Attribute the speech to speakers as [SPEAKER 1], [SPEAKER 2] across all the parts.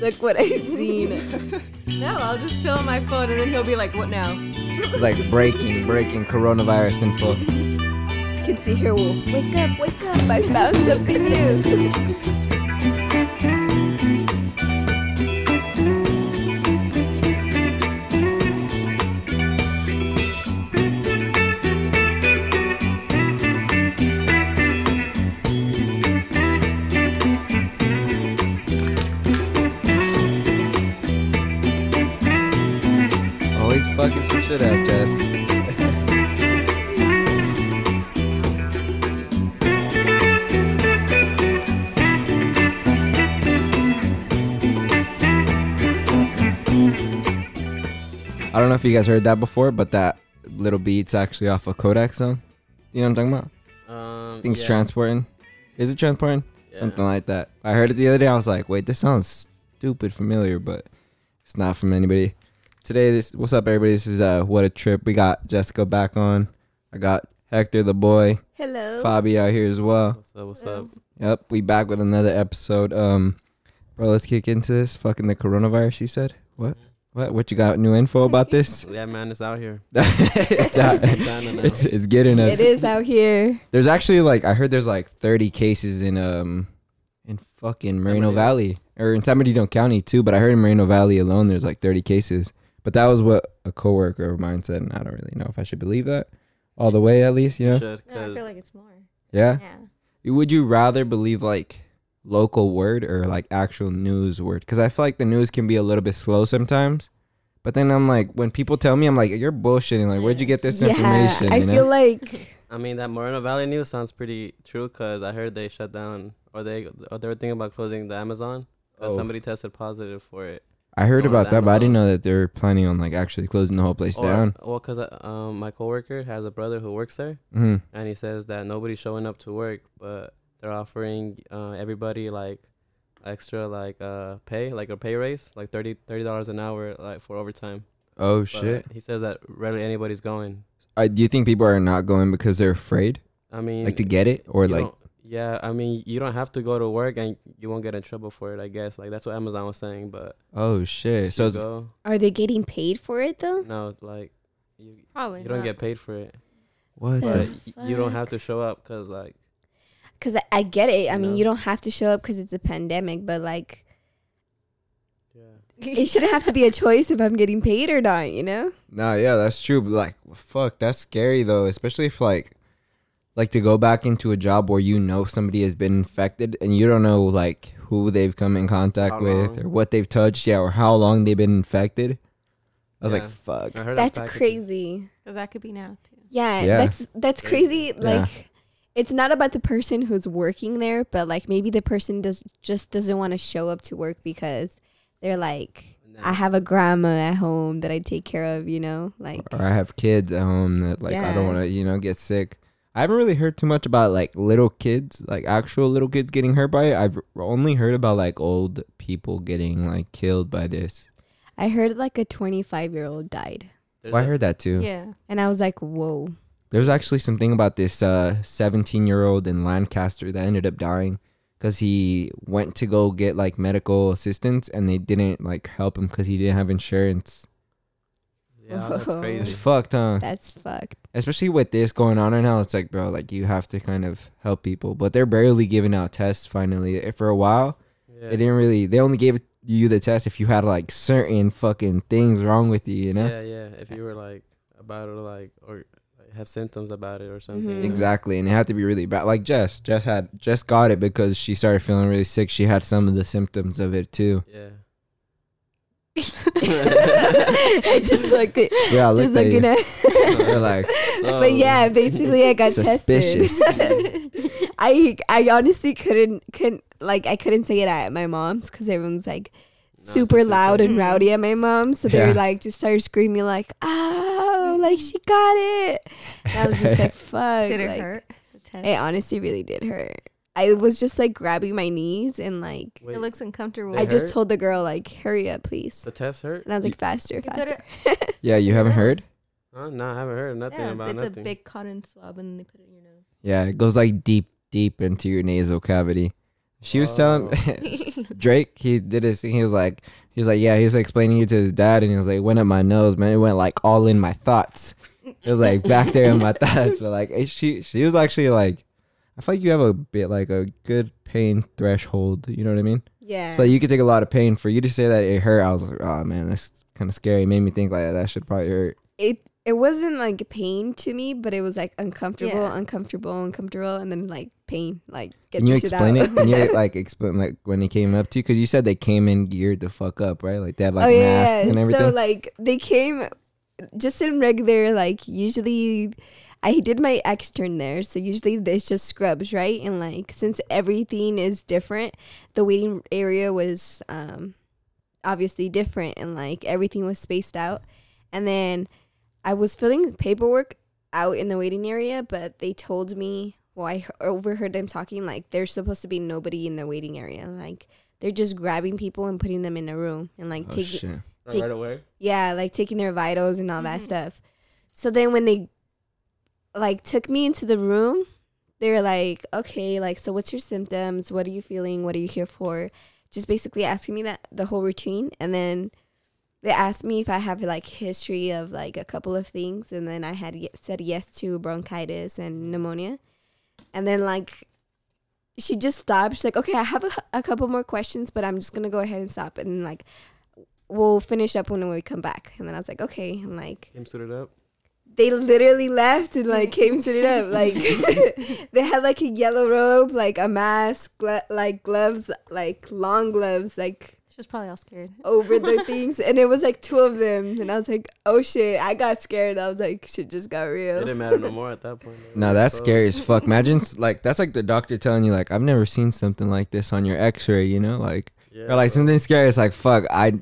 [SPEAKER 1] Look what I've seen. no, I'll just chill on my phone and then he'll be like, what now?
[SPEAKER 2] like breaking, breaking coronavirus info.
[SPEAKER 1] You can see here, Wolf. Wake up, wake up, I found something new.
[SPEAKER 2] Always fucking some shit up, Jess. I don't know if you guys heard that before, but that little beat's actually off a Kodak song. You know what I'm talking about?
[SPEAKER 3] Um,
[SPEAKER 2] Things
[SPEAKER 3] yeah,
[SPEAKER 2] transporting. Is it transporting?
[SPEAKER 3] yeah.
[SPEAKER 2] Something like that. I heard it the other day. I was like, wait, this sounds stupid familiar, but it's not from anybody. Today, this what's up, everybody? This is uh, what a trip. We got Jessica back on. I got Hector the boy,
[SPEAKER 1] Hello.
[SPEAKER 2] Fabi out here as well.
[SPEAKER 3] What's up? What's up?
[SPEAKER 2] Yep, we back with another episode. Um, bro, let's kick into this. Fucking the coronavirus. You said what? What? What you got? New info about this?
[SPEAKER 3] Yeah, man, it's out here.
[SPEAKER 2] it's, out.
[SPEAKER 3] It's out now.
[SPEAKER 2] it's it's getting us.
[SPEAKER 1] It is out here.
[SPEAKER 2] There's actually like I heard there's like 30 cases in um in fucking Moreno
[SPEAKER 3] Bernardino.
[SPEAKER 2] Valley or in San Bernardino County too, but I heard in Moreno Valley alone there's like 30 cases. But that was what a coworker of mine said, and I don't really know if I should believe that all the way at least, you know?
[SPEAKER 3] You should,
[SPEAKER 4] No, I
[SPEAKER 3] 'cause
[SPEAKER 4] feel like it's more.
[SPEAKER 2] Yeah.
[SPEAKER 4] Yeah.
[SPEAKER 2] Would you rather believe like local word or like actual news word? Cuz I feel like the news can be a little bit slow sometimes. But then I'm like, when people tell me, I'm like, you're bullshitting. Like, where'd you get this information?
[SPEAKER 1] I
[SPEAKER 2] you know?
[SPEAKER 1] feel like
[SPEAKER 3] I mean, that Moreno Valley news sounds pretty true because I heard they shut down or they or they were thinking about closing the Amazon because
[SPEAKER 2] Oh.
[SPEAKER 3] somebody tested positive for it.
[SPEAKER 2] I heard
[SPEAKER 3] Going
[SPEAKER 2] about that,
[SPEAKER 3] down
[SPEAKER 2] but I
[SPEAKER 3] about-
[SPEAKER 2] didn't know that they're planning on like actually closing the whole place
[SPEAKER 3] Or-
[SPEAKER 2] down.
[SPEAKER 3] Well, because um, my coworker has a brother who works there,
[SPEAKER 2] hmm
[SPEAKER 3] and he says that nobody's showing up to work, but they're offering uh, everybody like extra like uh pay, like a pay raise, like 30 dollars an hour, like for overtime.
[SPEAKER 2] Oh
[SPEAKER 3] But
[SPEAKER 2] shit!
[SPEAKER 3] He says that rarely anybody's going.
[SPEAKER 2] Uh, do you think people are not going because they're afraid,
[SPEAKER 3] I mean,
[SPEAKER 2] like to get it, or
[SPEAKER 3] you
[SPEAKER 2] like
[SPEAKER 3] don't- yeah i mean you don't have to go to work and you won't get in trouble for it i guess like that's what amazon was saying but
[SPEAKER 2] oh shit? So
[SPEAKER 3] you
[SPEAKER 2] it's,
[SPEAKER 3] go,
[SPEAKER 1] Are they getting paid for it though?
[SPEAKER 3] no like you,
[SPEAKER 4] Probably.
[SPEAKER 3] you don't
[SPEAKER 4] not.
[SPEAKER 3] get paid for it
[SPEAKER 2] what?
[SPEAKER 1] The
[SPEAKER 3] but
[SPEAKER 2] The,
[SPEAKER 3] y- you don't have to show up because like
[SPEAKER 1] Because I, I get it. I mean,
[SPEAKER 3] No.
[SPEAKER 1] you don't have to show up because it's a pandemic, but like,
[SPEAKER 3] yeah
[SPEAKER 1] it shouldn't have to be a choice if I'm getting paid or not, you know?
[SPEAKER 2] nah, yeah, that's true. But like, fuck, that's scary though, especially if like, like to go back into a job where you know somebody has been infected and you don't know like who they've come in contact
[SPEAKER 3] How
[SPEAKER 2] with
[SPEAKER 3] long.
[SPEAKER 2] or what they've touched, yeah, or how long they've been infected. I was
[SPEAKER 3] Yeah.
[SPEAKER 2] like, fuck.
[SPEAKER 3] i heard
[SPEAKER 1] That's
[SPEAKER 3] that package-
[SPEAKER 1] crazy.
[SPEAKER 4] Because that could be now too.
[SPEAKER 1] Yeah,
[SPEAKER 2] Yeah.
[SPEAKER 1] that's that's
[SPEAKER 3] Crazy.
[SPEAKER 1] crazy. Like it's not about the person who's working there, but like maybe the person does just doesn't want to show up to work because they're like,
[SPEAKER 3] Nah.
[SPEAKER 1] I have a grandma at home that I take care of, you know? Like
[SPEAKER 2] or I have kids at home that like I don't
[SPEAKER 1] Yeah.
[SPEAKER 2] want to, you know, get sick. I haven't really heard too much about like little kids, like actual little kids getting hurt by it. I've only heard about like old people getting like killed by this.
[SPEAKER 1] I heard like a 25 year old died.
[SPEAKER 3] There's
[SPEAKER 2] Well, Oh, I
[SPEAKER 3] a-
[SPEAKER 2] heard that too.
[SPEAKER 4] Yeah.
[SPEAKER 1] And I was like, whoa.
[SPEAKER 2] There's actually something about this uh 17 year old in Lancaster that ended up dying because he went to go get like medical assistance and they didn't like help him because he didn't have insurance.
[SPEAKER 3] yeah that's
[SPEAKER 1] Whoa.
[SPEAKER 2] It's
[SPEAKER 3] crazy
[SPEAKER 2] fucked, huh?
[SPEAKER 1] That's fucked.
[SPEAKER 2] especially with this going on right now, it's like, bro, like you have to kind of help people. But they're barely giving out tests finally. If For a while,
[SPEAKER 3] yeah.
[SPEAKER 2] they didn't really, they only gave you the test if you had like certain fucking things wrong with you, you know?
[SPEAKER 3] yeah yeah if you were like about it or like or like, have symptoms about it or something
[SPEAKER 1] Mm-hmm.
[SPEAKER 3] you know?
[SPEAKER 2] Exactly. And it had to be really bad. Like Jess, Jess had, Jess got it because she started feeling really sick. She had some of the symptoms of it too.
[SPEAKER 3] yeah
[SPEAKER 1] I just looked at
[SPEAKER 2] Yeah, I
[SPEAKER 1] just
[SPEAKER 2] looked at
[SPEAKER 1] looking
[SPEAKER 2] you.
[SPEAKER 1] at
[SPEAKER 2] They're like,
[SPEAKER 3] So-
[SPEAKER 1] But yeah, basically I got
[SPEAKER 2] Suspicious.
[SPEAKER 1] tested. I I honestly couldn't couldn't like I couldn't say it at my mom's because everyone's like
[SPEAKER 3] Not
[SPEAKER 1] super
[SPEAKER 3] just
[SPEAKER 1] loud
[SPEAKER 3] symptoms.
[SPEAKER 1] and rowdy at my mom's, so they
[SPEAKER 2] Yeah.
[SPEAKER 1] were like just started screaming like oh like she got it. And I was just like fuck.
[SPEAKER 4] Did it
[SPEAKER 1] like,
[SPEAKER 4] hurt? The test?
[SPEAKER 1] It honestly really did hurt. I was just like grabbing my knees and like
[SPEAKER 3] Wait,
[SPEAKER 4] It looks uncomfortable.
[SPEAKER 3] They
[SPEAKER 1] I just
[SPEAKER 3] hurt?
[SPEAKER 1] told the girl like hurry up please,
[SPEAKER 3] the test hurt
[SPEAKER 1] and I was like faster
[SPEAKER 4] You put
[SPEAKER 1] faster.
[SPEAKER 4] it-
[SPEAKER 2] yeah, you haven't heard?
[SPEAKER 3] huh no i haven't heard nothing
[SPEAKER 4] yeah,
[SPEAKER 3] about
[SPEAKER 4] it's
[SPEAKER 3] nothing
[SPEAKER 4] a big cotton swab and they put it in your nose.
[SPEAKER 2] Yeah, it goes like deep, deep into your nasal cavity. She was
[SPEAKER 3] Oh.
[SPEAKER 2] telling Drake. He did his thing. He was like, he was like, yeah. He was explaining it to his dad, and he was like, went up my nose, man. It went like all in my thoughts. It was like back there in my thoughts, but like eh, she, she was actually like, I feel like you have a bit like a good pain threshold. You know what I mean?
[SPEAKER 1] yeah.
[SPEAKER 2] So you could take a lot of pain for you to say that it hurt. I was like, oh man, that's kind of scary. It made me think like that should probably hurt.
[SPEAKER 1] it it wasn't like pain to me, but it was like uncomfortable,
[SPEAKER 4] Yeah.
[SPEAKER 1] uncomfortable, uncomfortable, and then like pain, like get
[SPEAKER 2] Can you
[SPEAKER 1] this shit
[SPEAKER 2] explain
[SPEAKER 1] out.
[SPEAKER 2] it? Can you like explain like when they came up to you? Because you said they came in geared the fuck up, right? Like they have like
[SPEAKER 1] oh yeah,
[SPEAKER 2] masks and everything.
[SPEAKER 1] so like they came just in regular, like usually. I did my extern there, so usually it's just scrubs, right? And like since everything is different, the waiting area was um, obviously different, and like everything was spaced out. And then I was filling paperwork out in the waiting area, but they told me, well, I he- overheard them talking like there's supposed to be nobody in the waiting area. Like they're just grabbing people and putting them in a room and like
[SPEAKER 2] oh
[SPEAKER 1] taking,
[SPEAKER 2] shit.
[SPEAKER 3] Like, right away.
[SPEAKER 1] yeah, like taking their vitals and all that stuff. So then when they like took me into the room, they were like, okay, like, so what's your symptoms? What are you feeling? What are you here for? Just basically asking me that the whole routine. And then they asked me if I have like history of like a couple of things. And then I had ye- said yes to bronchitis and pneumonia. And then like, she just stopped. She's like, okay, I have a, a couple more questions, but I'm just going to go ahead and stop. And like, we'll finish up when we come back. And then I was like, okay. And like,
[SPEAKER 3] Came suited up.
[SPEAKER 1] they literally left and like came to it up. Like, they had like a yellow robe, like a mask, glo- like gloves, like long gloves, like
[SPEAKER 4] She was probably all scared.
[SPEAKER 1] over the things. And it was like two of them. And I was like, oh shit, I got scared. I was like, shit just got
[SPEAKER 3] It
[SPEAKER 1] real.
[SPEAKER 3] didn't matter no more at that point.
[SPEAKER 2] No, that's scary as fuck. Imagine s- like that's like the doctor telling you like I've never seen something like this on your X-ray. You know, like
[SPEAKER 3] Yeah,
[SPEAKER 2] or like
[SPEAKER 3] bro.
[SPEAKER 2] something scary. It's like fuck. I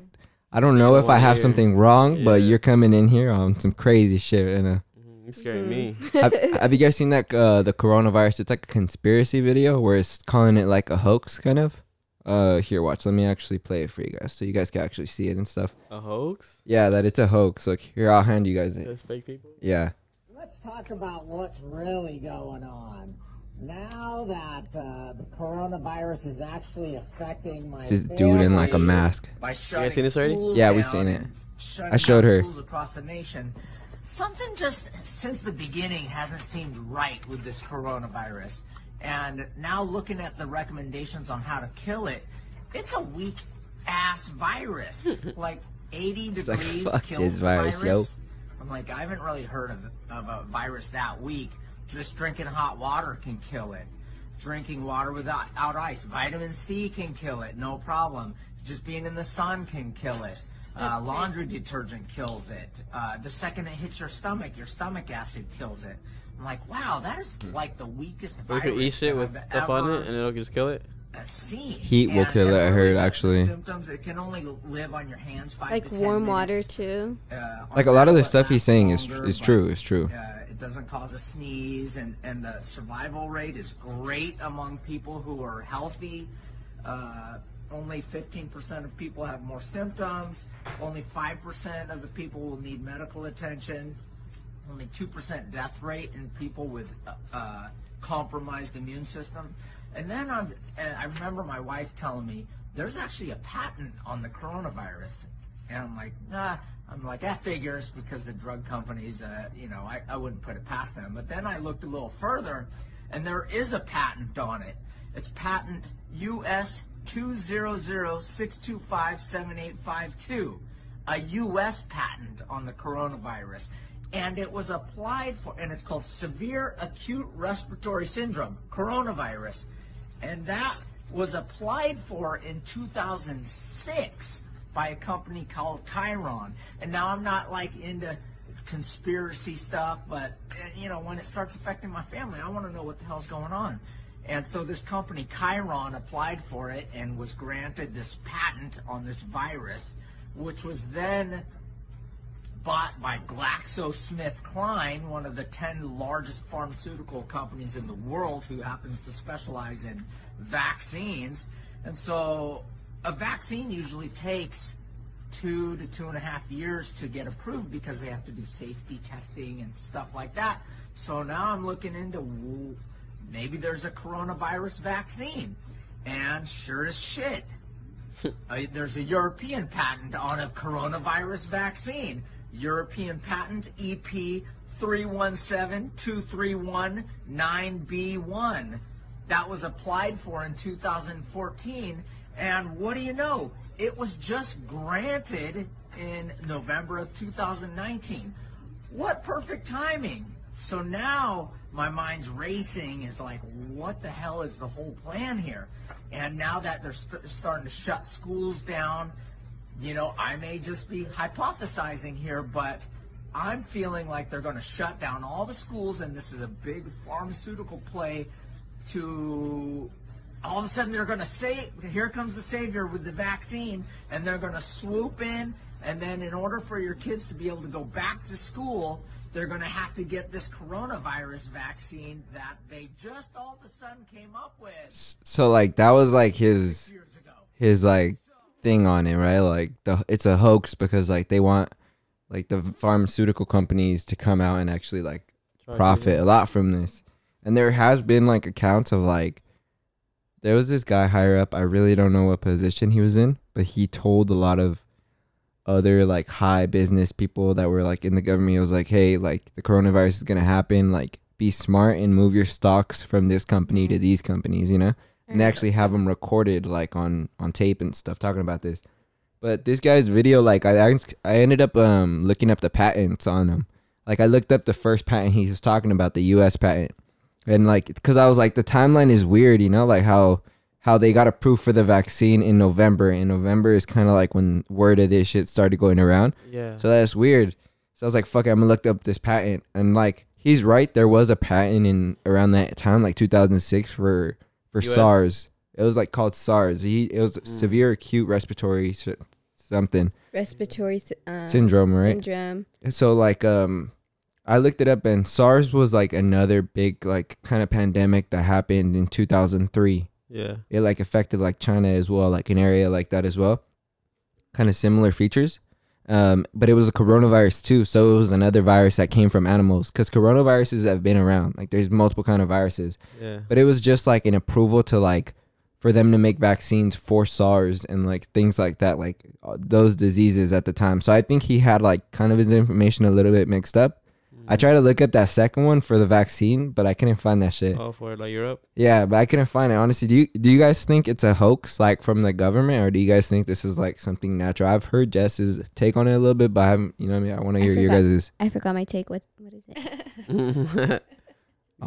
[SPEAKER 2] I don't know if I have
[SPEAKER 3] Here.
[SPEAKER 2] something wrong, but
[SPEAKER 3] Yeah.
[SPEAKER 2] you're coming in here on some crazy shit. And uh,
[SPEAKER 3] Mhm, You're scaring me.
[SPEAKER 1] Mm.
[SPEAKER 2] have, have you guys seen that uh, the coronavirus? It's like a conspiracy video where it's calling it like a hoax, kind of. Uh, here, watch. Let me actually play it for you guys, so you guys can actually see it and stuff.
[SPEAKER 3] A hoax?
[SPEAKER 2] Yeah, that it's a hoax. Look, here I'll hand you guys it.
[SPEAKER 3] That's fake people?
[SPEAKER 2] Yeah.
[SPEAKER 5] Let's talk about what's really going on. Now that uh, the coronavirus is actually affecting my
[SPEAKER 2] It's this dude in like a
[SPEAKER 5] family
[SPEAKER 2] mask.
[SPEAKER 5] by
[SPEAKER 3] guys seen this already?
[SPEAKER 5] schools
[SPEAKER 2] Yeah, we
[SPEAKER 5] down
[SPEAKER 2] seen it.
[SPEAKER 5] and shutting
[SPEAKER 2] I showed
[SPEAKER 5] down
[SPEAKER 2] her.
[SPEAKER 5] schools across the nation. Something just since the beginning hasn't seemed right with this coronavirus. And now looking at the recommendations on how to kill it, it's a weak ass virus. like 80 degrees
[SPEAKER 2] like, "Fuck
[SPEAKER 5] kills
[SPEAKER 2] this
[SPEAKER 5] the
[SPEAKER 2] virus, yo."
[SPEAKER 5] I'm like, I haven't really heard of, of a virus that weak. Just drinking hot water can kill it. Drinking water without out ice, vitamin C can kill it, no problem. Just being in the sun can kill it. Uh, laundry detergent kills it. Uh, the second it hits your stomach, your stomach acid kills it. I'm like, wow, that is like the weakest
[SPEAKER 3] Hmm. So you
[SPEAKER 5] virus
[SPEAKER 3] could eat shit
[SPEAKER 5] that
[SPEAKER 3] with
[SPEAKER 5] I've
[SPEAKER 3] stuff on
[SPEAKER 5] ever-
[SPEAKER 3] it and it'll just kill it?
[SPEAKER 5] uh, seen.
[SPEAKER 2] Heat will
[SPEAKER 5] And
[SPEAKER 2] kill
[SPEAKER 5] it
[SPEAKER 2] it, I
[SPEAKER 5] really
[SPEAKER 2] heard,
[SPEAKER 5] does the
[SPEAKER 2] actually.
[SPEAKER 5] Symptoms. It can only live on your hands five
[SPEAKER 1] Like
[SPEAKER 5] to 10
[SPEAKER 1] warm water
[SPEAKER 5] minutes.
[SPEAKER 1] too.
[SPEAKER 5] Uh,
[SPEAKER 2] Like a lot of the stuff he's saying is tr- is true. Is true.
[SPEAKER 5] Uh, it doesn't cause a sneeze, and, and the survival rate is great among people who are healthy. Uh, only 15% of people have more symptoms. Only 5% of the people will need medical attention. Only 2% death rate in people with uh, uh, compromised immune system. And then I'm, and I remember my wife telling me there's actually a patent on the coronavirus. And I'm like, nah, I'm like, that figures because the drug companies, uh, you know, I, I wouldn't put it past them. But then I looked a little further and there is a patent on it. It's patent US 200-625-7852, a US patent on the coronavirus. And it was applied for, and it's called severe acute respiratory syndrome, coronavirus. And that was applied for in 2006 by a company called Chiron. And now I'm not like into conspiracy stuff, but eh, you know, when it starts affecting my family, I want to know what the hell's going on. And so this company Chiron applied for it and was granted this patent on this virus, which was then bought by GlaxoSmithKline, one of the 10 largest pharmaceutical companies in the world who happens to specialize in vaccines. And so a vaccine usually takes two to two and a half years to get approved because they have to do safety testing and stuff like that. So now I'm looking into w- maybe there's a coronavirus vaccine. And sure as shit, uh, there's a European patent on a coronavirus vaccine. European patent E EP 3172319B1. That was applied for in 2014. And what do you know? It was just granted in November of 2019. What perfect timing. So now my mind's racing is like, what the hell is the whole plan here? And now that they're st- starting to shut schools down, you know, I may just be hypothesizing here, but I'm feeling like they're going to shut down all the schools, and this is a big pharmaceutical play to all of a sudden they're going to say here comes the savior with the vaccine and they're going to swoop in and then in order for your kids to be able to go back to school they're going to have to get this coronavirus vaccine that they just all of a sudden came up with
[SPEAKER 2] So like that was like his
[SPEAKER 5] years ago
[SPEAKER 2] his like thing on it, right? Like the it's a hoax because like they want like the pharmaceutical companies to come out and actually like
[SPEAKER 3] Try to-
[SPEAKER 2] profit a lot from this. And there has been like accounts of like there was this guy higher up, I really don't know what position he was in, but he told a lot of other like high business people that were like in the government. He was like, "Hey, like the coronavirus is going to happen, like be smart and move your stocks from this company to these companies, you know?" And they actually have them recorded like on on tape and stuff talking about this. But this guy's video, like I act- I ended up um looking up the patents on him. Like I looked up the first patent he was talking about, the U.S. patent, and like because I was like the timeline is weird, you know, like how how they got approved for the vaccine in November, and November is kind of like when word of this shit started going around.
[SPEAKER 3] Yeah.
[SPEAKER 2] So that's weird. So I was like, fuck, it, I'm gonna look up this patent. And like, he's right. There was a patent in around that time, like 2006, for for
[SPEAKER 3] US.
[SPEAKER 2] SARS. It was like called SARS. He it was severe acute respiratory s- something
[SPEAKER 1] Respiratory sy- uh,
[SPEAKER 2] syndrome, right?
[SPEAKER 1] syndrome.
[SPEAKER 2] so like um I looked it up and SARS was like another big like kind of pandemic that happened in 2003
[SPEAKER 3] yeah.
[SPEAKER 2] it like affected like China as well, like an area like that as well. Kind of similar features. Um, but it was a coronavirus too, so it was another virus that came from animals because coronaviruses have been around. Like there's multiple kind of viruses,
[SPEAKER 3] Yeah.
[SPEAKER 2] but it was just like an approval to like for them to make vaccines for SARS and like things like that, like uh, those diseases at the time. So I think he had like kind of his information a little bit mixed up.
[SPEAKER 3] Mm.
[SPEAKER 2] I tried to look up that second one for the vaccine, but I couldn't find that shit.
[SPEAKER 3] Oh, for like Europe.
[SPEAKER 2] Yeah, but I couldn't find it. Honestly, do you do you guys think it's a hoax like from the government or do you guys think this is like something natural? I've heard Jess's take on it a little bit, but I haven't you know what I mean? I wanna
[SPEAKER 1] I
[SPEAKER 2] hear your
[SPEAKER 1] forgot.
[SPEAKER 2] guys'
[SPEAKER 1] I forgot my take. What what is it?
[SPEAKER 3] go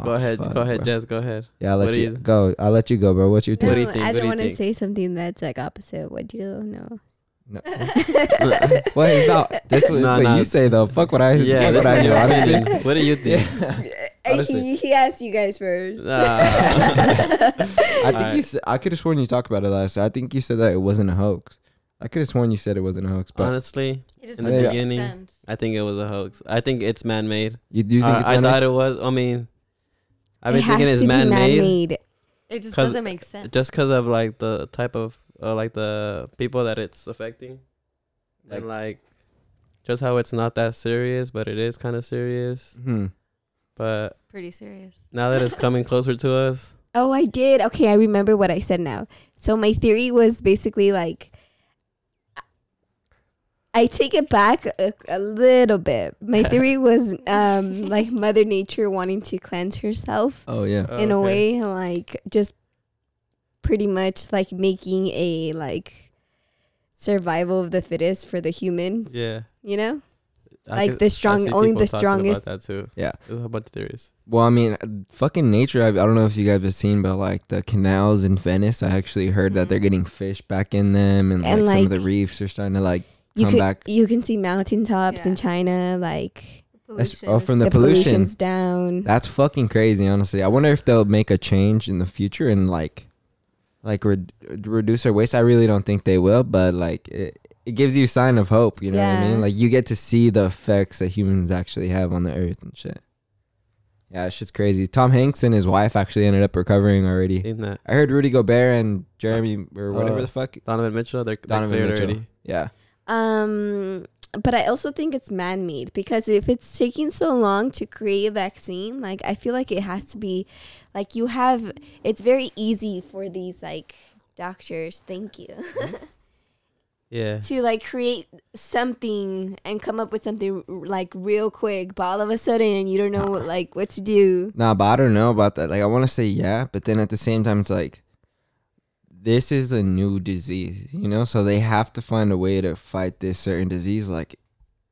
[SPEAKER 2] Oh,
[SPEAKER 3] ahead.
[SPEAKER 2] fuck,
[SPEAKER 3] Go ahead,
[SPEAKER 2] bro.
[SPEAKER 3] Jess. Go ahead.
[SPEAKER 2] Yeah, I'll let
[SPEAKER 3] What do
[SPEAKER 2] you
[SPEAKER 3] you-
[SPEAKER 2] go. I'll let you go, bro. What's your
[SPEAKER 1] No,
[SPEAKER 3] What do
[SPEAKER 2] take?
[SPEAKER 3] you think?
[SPEAKER 1] I
[SPEAKER 3] What do
[SPEAKER 1] don't
[SPEAKER 3] you
[SPEAKER 1] want to
[SPEAKER 3] think?
[SPEAKER 1] say something that's like opposite. What do you know?
[SPEAKER 2] No. Wait, no. This was
[SPEAKER 3] No,
[SPEAKER 2] what
[SPEAKER 3] no.
[SPEAKER 2] you say though. Fuck what I
[SPEAKER 3] Yeah.
[SPEAKER 2] yeah,
[SPEAKER 3] This
[SPEAKER 2] what I
[SPEAKER 3] is
[SPEAKER 2] do,
[SPEAKER 3] your
[SPEAKER 2] honestly.
[SPEAKER 3] opinion. What do you think? Honestly.
[SPEAKER 1] he, he asked you guys first.
[SPEAKER 3] Ah.
[SPEAKER 2] I think you
[SPEAKER 3] Alright.
[SPEAKER 2] said, I could have sworn you talked about it last. I think you said that it wasn't a hoax. I could have sworn you said it wasn't a hoax, but
[SPEAKER 3] Honestly,
[SPEAKER 4] It just
[SPEAKER 3] in
[SPEAKER 2] the
[SPEAKER 4] doesn't make
[SPEAKER 3] beginning,
[SPEAKER 4] sense.
[SPEAKER 3] I think it was a hoax. I think it's man-made.
[SPEAKER 2] you do think
[SPEAKER 3] Uh,
[SPEAKER 2] it's
[SPEAKER 3] I
[SPEAKER 2] man-made?
[SPEAKER 3] thought it was. I mean, I've
[SPEAKER 1] It
[SPEAKER 3] been thinking
[SPEAKER 1] has
[SPEAKER 3] it's
[SPEAKER 1] to be
[SPEAKER 3] man-made
[SPEAKER 1] man-made.
[SPEAKER 4] It just
[SPEAKER 3] 'cause-
[SPEAKER 4] doesn't make sense.
[SPEAKER 3] just because of like the type of uh, like the people that it's affecting,
[SPEAKER 2] Like-
[SPEAKER 3] and like just how it's not that serious, but it is kind of serious.
[SPEAKER 2] Hmm.
[SPEAKER 3] But
[SPEAKER 4] It's pretty serious.
[SPEAKER 3] now that it's coming closer to us,
[SPEAKER 1] Oh, I did. Okay, I remember what I said now. So my theory was basically like I take it back a, a little bit. My theory was um like mother nature wanting to cleanse herself
[SPEAKER 2] Oh yeah.
[SPEAKER 3] oh,
[SPEAKER 1] in a
[SPEAKER 3] okay.
[SPEAKER 1] way like just pretty much like making a like survival of the fittest for the humans,
[SPEAKER 3] yeah,
[SPEAKER 1] you know?
[SPEAKER 3] I
[SPEAKER 1] Like
[SPEAKER 3] could-
[SPEAKER 1] the
[SPEAKER 3] I
[SPEAKER 1] strong-
[SPEAKER 3] see
[SPEAKER 1] only
[SPEAKER 3] people
[SPEAKER 1] the
[SPEAKER 3] talking
[SPEAKER 1] strongest-
[SPEAKER 3] About that too.
[SPEAKER 2] Yeah.
[SPEAKER 3] there's a bunch of theories.
[SPEAKER 2] Well, I mean, fucking nature. I, I don't know if you guys have seen, but like the canals in Venice, I actually heard that they're getting fish back in them, and,
[SPEAKER 1] Mm-hmm. And,
[SPEAKER 2] like, some of the
[SPEAKER 1] like,
[SPEAKER 2] reefs are starting to like
[SPEAKER 1] You
[SPEAKER 2] come
[SPEAKER 1] can
[SPEAKER 2] back.
[SPEAKER 1] you can see mountaintops in
[SPEAKER 4] Yeah.
[SPEAKER 1] China like
[SPEAKER 2] That's
[SPEAKER 4] Pollution
[SPEAKER 2] all
[SPEAKER 4] is-
[SPEAKER 2] from the,
[SPEAKER 1] the
[SPEAKER 2] pollution.
[SPEAKER 1] pollution's down.
[SPEAKER 2] That's fucking crazy, honestly. I wonder if they'll make a change in the future and like, like red reduce our waste. I really don't think they will, but like it, it gives you a sign of hope. You know what I
[SPEAKER 1] Yeah.
[SPEAKER 2] mean? Like you get to see the effects that humans actually have on the earth and shit. Yeah, that shit's crazy. Tom Hanks and his wife actually ended up recovering already.
[SPEAKER 3] Seen that
[SPEAKER 2] I heard Rudy Gobert and Jeremy or whatever
[SPEAKER 3] uh,
[SPEAKER 2] the fuck
[SPEAKER 3] Donovan Mitchell, they're, they're
[SPEAKER 2] Donovan
[SPEAKER 3] cleared
[SPEAKER 2] Mitchell.
[SPEAKER 3] already.
[SPEAKER 2] Yeah,
[SPEAKER 1] Um, but I also think it's man made because if it's taking so long to create a vaccine, like I feel like it has to be like you have it's very easy for these like doctors, thank you,
[SPEAKER 3] Yeah.
[SPEAKER 1] to like create something and come up with something like real quick, but all of a sudden you don't know like what to do.
[SPEAKER 2] Nah, but I don't know about that. Like, I want to say yeah, but then at the same time, it's like this is a new disease, you know. So they have to find a way to fight this certain disease. Like,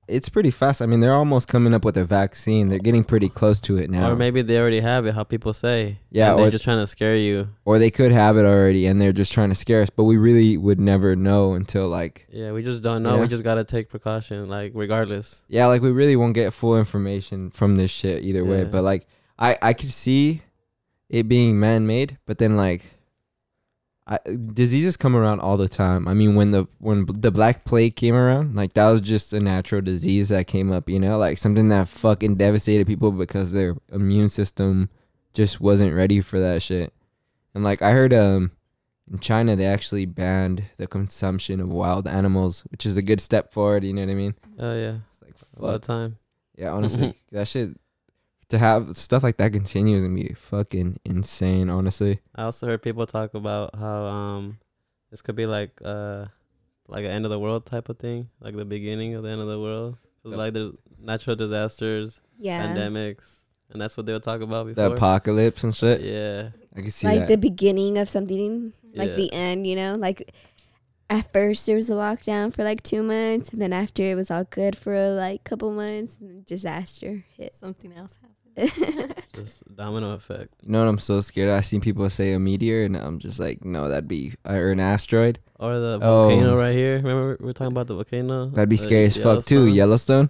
[SPEAKER 2] it's pretty fast. I mean, they're almost coming up with a vaccine. They're getting pretty close to it now.
[SPEAKER 3] Or maybe they already have it, how people say.
[SPEAKER 2] Yeah,
[SPEAKER 3] and they're
[SPEAKER 2] or-
[SPEAKER 3] just trying to scare you.
[SPEAKER 2] or they could have it already, and they're just trying to scare us. But we really would never know until like.
[SPEAKER 3] Yeah, we just don't know.
[SPEAKER 2] Yeah.
[SPEAKER 3] We just gotta take precaution, like regardless.
[SPEAKER 2] Yeah, like we really won't get full information from this shit either way.
[SPEAKER 3] Yeah.
[SPEAKER 2] But like, I I could see it being man made, but then like, I, diseases come around all the time. I mean, when the when the Black Plague came around, like that was just a natural disease that came up. You know, like something that fucking devastated people because their immune system just wasn't ready for that shit. And like I heard, um, in China they actually banned the consumption of wild animals, which is a good step forward. You know what I mean?
[SPEAKER 3] Oh yeah.
[SPEAKER 2] It's like
[SPEAKER 3] A lot of
[SPEAKER 2] fuck.
[SPEAKER 3] time.
[SPEAKER 2] Yeah, honestly, that shit to have stuff like that continue is gonna be fucking insane. Honestly,
[SPEAKER 3] I also heard people talk about how um this could be like uh like an end of the world type of thing, like the beginning of the end of the world. 'Cause,
[SPEAKER 2] Yep.
[SPEAKER 3] Like there's natural disasters,
[SPEAKER 1] Yeah.
[SPEAKER 3] pandemics, and that's what they would talk about
[SPEAKER 2] the
[SPEAKER 3] before.
[SPEAKER 2] apocalypse and shit.
[SPEAKER 3] yeah,
[SPEAKER 2] I can see
[SPEAKER 1] like
[SPEAKER 2] that.
[SPEAKER 1] the beginning of something, like
[SPEAKER 3] Yeah.
[SPEAKER 1] the end, you know? Like at first there was a lockdown for like two months, and then after it was all good for like couple months, and then disaster hit.
[SPEAKER 4] Something else happened.
[SPEAKER 3] just domino effect.
[SPEAKER 2] you know what I'm so scared. of? I seen people say a meteor, and I'm just like, no, that'd be uh, or an asteroid.
[SPEAKER 3] Or the
[SPEAKER 2] Oh.
[SPEAKER 3] volcano right here. Remember we were talking about the volcano?
[SPEAKER 2] That'd be
[SPEAKER 3] The
[SPEAKER 2] scary as fuck too.
[SPEAKER 3] Uh, Yellowstone?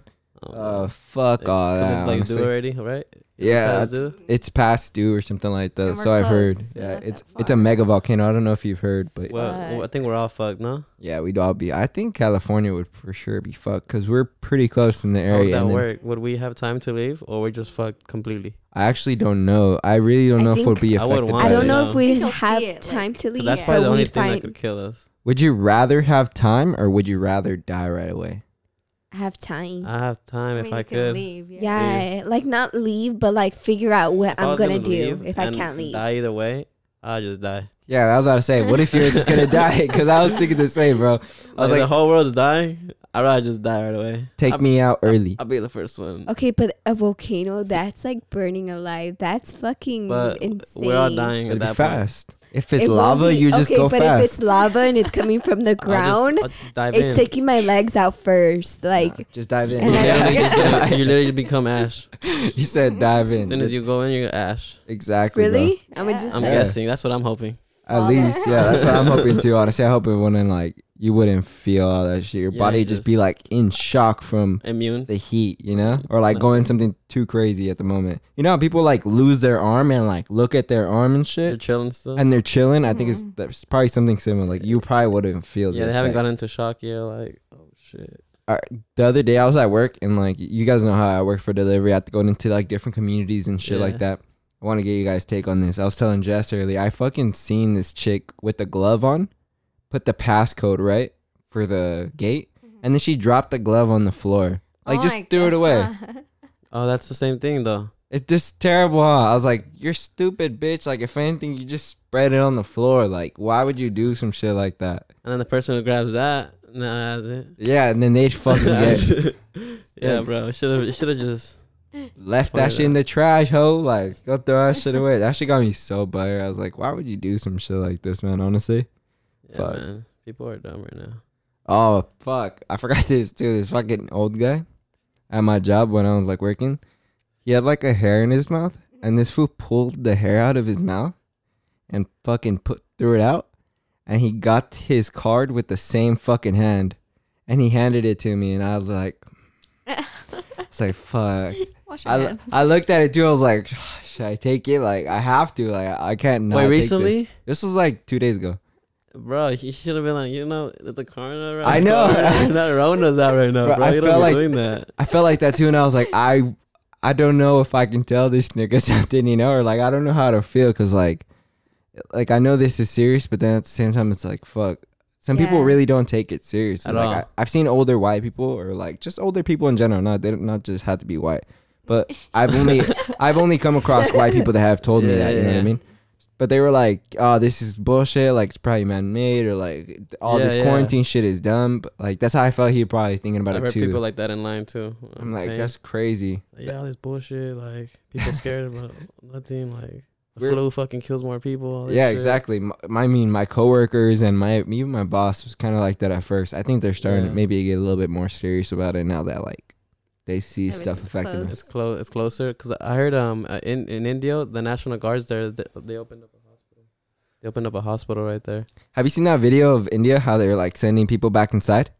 [SPEAKER 2] Yellowstone.
[SPEAKER 3] Oh,
[SPEAKER 2] Uh,
[SPEAKER 3] no.
[SPEAKER 2] fuck
[SPEAKER 3] It-
[SPEAKER 2] all
[SPEAKER 3] 'cause
[SPEAKER 2] that.
[SPEAKER 3] It's like
[SPEAKER 2] honestly.
[SPEAKER 3] due already, right?
[SPEAKER 2] yeah,
[SPEAKER 3] Past due?
[SPEAKER 2] it's past due or something like that.
[SPEAKER 4] And we're
[SPEAKER 2] So I've heard.
[SPEAKER 4] close. We're
[SPEAKER 2] Yeah,
[SPEAKER 4] not that
[SPEAKER 2] it's it's a
[SPEAKER 4] far.
[SPEAKER 2] mega volcano. I don't know if you've heard, but
[SPEAKER 3] Well, well, I think we're all fucked, no?
[SPEAKER 2] yeah, we'd all be. I think California would for sure be fucked because we're pretty close in the
[SPEAKER 3] How would
[SPEAKER 2] area.
[SPEAKER 3] Oh, that
[SPEAKER 2] and then-
[SPEAKER 3] work? Would we have time to leave, or we're just fucked completely?
[SPEAKER 2] I actually don't know. I really don't
[SPEAKER 1] I
[SPEAKER 2] know if we'll
[SPEAKER 1] think-
[SPEAKER 2] be
[SPEAKER 3] I would
[SPEAKER 2] affected.
[SPEAKER 3] want
[SPEAKER 1] I
[SPEAKER 2] by
[SPEAKER 1] don't
[SPEAKER 2] it.
[SPEAKER 1] know
[SPEAKER 3] yeah.
[SPEAKER 1] if
[SPEAKER 4] I
[SPEAKER 1] we
[SPEAKER 4] think I'll
[SPEAKER 1] have
[SPEAKER 4] see it, like-
[SPEAKER 1] time to
[SPEAKER 3] 'Cause
[SPEAKER 1] leave,
[SPEAKER 3] That's
[SPEAKER 1] but
[SPEAKER 3] probably the only
[SPEAKER 1] we'd
[SPEAKER 3] thing that
[SPEAKER 1] find
[SPEAKER 3] could kill us.
[SPEAKER 2] Would you rather have time or would you rather die right away?
[SPEAKER 1] have time.
[SPEAKER 3] I have time
[SPEAKER 4] I
[SPEAKER 3] if
[SPEAKER 4] mean,
[SPEAKER 3] I
[SPEAKER 4] you can
[SPEAKER 3] could.
[SPEAKER 4] leave, Uh, yeah.
[SPEAKER 1] yeah, like not leave, but like figure out what
[SPEAKER 3] If I
[SPEAKER 1] I'm
[SPEAKER 3] was
[SPEAKER 1] gonna, do
[SPEAKER 3] leave
[SPEAKER 1] if I
[SPEAKER 3] and
[SPEAKER 1] can't leave.
[SPEAKER 3] Die either way, I'll just die.
[SPEAKER 2] Yeah, I was about to say, what if you're just gonna die? Because I was thinking the same, bro.
[SPEAKER 3] I was like, the whole world's dying. I'd rather just die right away.
[SPEAKER 2] Take
[SPEAKER 3] I'll,
[SPEAKER 2] me out early.
[SPEAKER 3] I'll be the first one.
[SPEAKER 1] Okay, but a volcano that's like burning alive. That's fucking
[SPEAKER 3] But
[SPEAKER 1] insane.
[SPEAKER 3] we're all dying
[SPEAKER 2] It'd
[SPEAKER 3] at
[SPEAKER 2] be
[SPEAKER 3] that point.
[SPEAKER 2] fast. If it's
[SPEAKER 1] It won't
[SPEAKER 2] lava,
[SPEAKER 1] be-
[SPEAKER 2] you just
[SPEAKER 1] okay,
[SPEAKER 2] go
[SPEAKER 1] but
[SPEAKER 2] fast.
[SPEAKER 1] if it's lava and it's coming from the ground,
[SPEAKER 3] I'll just, I'll just dive
[SPEAKER 1] it's
[SPEAKER 3] in.
[SPEAKER 1] taking my legs out first. Like,
[SPEAKER 2] just dive in.
[SPEAKER 1] and
[SPEAKER 3] you,
[SPEAKER 1] I
[SPEAKER 3] literally
[SPEAKER 1] Yeah.
[SPEAKER 3] just gonna- you literally become ash.
[SPEAKER 2] he said dive in.
[SPEAKER 3] As soon as you go in, you're ash.
[SPEAKER 2] exactly. bro.
[SPEAKER 1] really? I'm gonna
[SPEAKER 4] Yeah.
[SPEAKER 1] just
[SPEAKER 3] I'm
[SPEAKER 1] like,
[SPEAKER 2] Yeah.
[SPEAKER 3] guessing. That's what I'm hoping.
[SPEAKER 2] At least, yeah, that's what I'm hoping too. Honestly, I hope it wouldn't like you wouldn't feel all that shit. Your
[SPEAKER 3] Yeah,
[SPEAKER 2] body
[SPEAKER 3] you
[SPEAKER 2] would just
[SPEAKER 3] just-
[SPEAKER 2] be like in shock from
[SPEAKER 3] Immune.
[SPEAKER 2] the heat, you know, or like
[SPEAKER 3] No.
[SPEAKER 2] going something too crazy at the moment. You know, how people like lose their arm and like look at their arm and
[SPEAKER 3] They're
[SPEAKER 2] shit,
[SPEAKER 3] chilling still.
[SPEAKER 2] and they're chilling. I think it's
[SPEAKER 4] Mm-hmm.
[SPEAKER 2] that's probably something similar. Like you probably wouldn't feel.
[SPEAKER 3] yeah,
[SPEAKER 2] the
[SPEAKER 3] they haven't
[SPEAKER 2] effects.
[SPEAKER 3] gotten into shock yet. Like, oh shit.
[SPEAKER 2] The other day, I was at work, and like you guys know how I work for delivery. I have to go into like different communities and shit like
[SPEAKER 3] Yeah.
[SPEAKER 2] that. I want to get you guys' take on this. I was telling Jess earlier, I fucking seen this chick with the glove on, put the passcode right for the gate, and then she dropped the glove on the floor. Like
[SPEAKER 4] Mm-hmm. Oh
[SPEAKER 2] just
[SPEAKER 4] my
[SPEAKER 2] threw it away.
[SPEAKER 4] God.
[SPEAKER 3] Oh, that's the same thing though.
[SPEAKER 2] It's just terrible. Huh? I was like, "You're stupid, bitch!" Like, if anything, you just spread it on the floor. Like, why would you do some shit like that?
[SPEAKER 3] And then the person who grabs that, nah, that's it.
[SPEAKER 2] Yeah, and then they'd fucking get
[SPEAKER 3] yeah, bro. Should have should have just
[SPEAKER 2] left
[SPEAKER 3] Totally
[SPEAKER 2] that shit in the trash, hoe. Like, go throw that shit away. That shit got me so buttered. I was like, "Why would you do some shit like this, man?" Honestly.
[SPEAKER 3] yeah,
[SPEAKER 2] Fuck.
[SPEAKER 3] man. People are dumb right now.
[SPEAKER 2] Oh fuck! I forgot this too. This fucking old guy at my job when I was like working, he had like a hair in his mouth, and this fool pulled the hair out of his mouth and fucking put threw it out, and he got his card with the same fucking hand, and he handed it to me, and I was like, it's like fuck.
[SPEAKER 4] Wash your
[SPEAKER 2] I,
[SPEAKER 4] hands.
[SPEAKER 2] I looked at it too. I was like, should I take it? Like I have to. Like I can't. Not
[SPEAKER 3] Wait,
[SPEAKER 2] take
[SPEAKER 3] recently?
[SPEAKER 2] This. This was like two days ago.
[SPEAKER 3] Bro, he should have been like, you know, the corner.
[SPEAKER 2] I know.
[SPEAKER 3] that Rona's out right now,
[SPEAKER 2] Bro,
[SPEAKER 3] bro.
[SPEAKER 2] I
[SPEAKER 3] you
[SPEAKER 2] felt
[SPEAKER 3] don't be
[SPEAKER 2] like-
[SPEAKER 3] doing that.
[SPEAKER 2] I felt like that too, and I was like, I, I don't know if I can tell this nigga something, you know, or like I don't know how to feel, cause like, like I know this is serious, but then at the same time, it's like, fuck, Some people
[SPEAKER 1] Yeah.
[SPEAKER 2] really don't take it seriously.
[SPEAKER 3] At all.
[SPEAKER 2] Like I, I've seen older white people, or like just older people in general. Not they don't not just have to be white, but I've only I've only come across white people that have told me
[SPEAKER 3] Yeah,
[SPEAKER 2] that. You
[SPEAKER 3] yeah,
[SPEAKER 2] know what I
[SPEAKER 3] yeah.
[SPEAKER 2] mean? But they were like, "Oh, this is bullshit. Like it's probably man made, or like all
[SPEAKER 3] Yeah,
[SPEAKER 2] this
[SPEAKER 3] yeah.
[SPEAKER 2] quarantine shit is dumb." But like that's how I felt. He probably thinking about
[SPEAKER 3] I've
[SPEAKER 2] it
[SPEAKER 3] heard
[SPEAKER 2] too.
[SPEAKER 3] people like that in line too.
[SPEAKER 2] I'm like,
[SPEAKER 3] Pain.
[SPEAKER 2] that's crazy.
[SPEAKER 3] yeah, all this bullshit. Like people scared about nothing. Like the
[SPEAKER 2] We're-
[SPEAKER 3] flu fucking kills more people. all this
[SPEAKER 2] Yeah,
[SPEAKER 3] shit.
[SPEAKER 2] exactly. M- My, I mean, my coworkers and my even my boss was kind of like that at first. I think they're starting
[SPEAKER 3] Yeah.
[SPEAKER 2] to maybe get a little bit more serious about it now that like they see
[SPEAKER 1] Everything's
[SPEAKER 2] stuff affecting
[SPEAKER 1] closed.
[SPEAKER 2] us.
[SPEAKER 3] It's close. It's closer because I heard um uh, in in India the national guards there they, they opened up a hospital. They opened up a hospital right there.
[SPEAKER 2] Have you seen that video of India how they're like sending people back inside?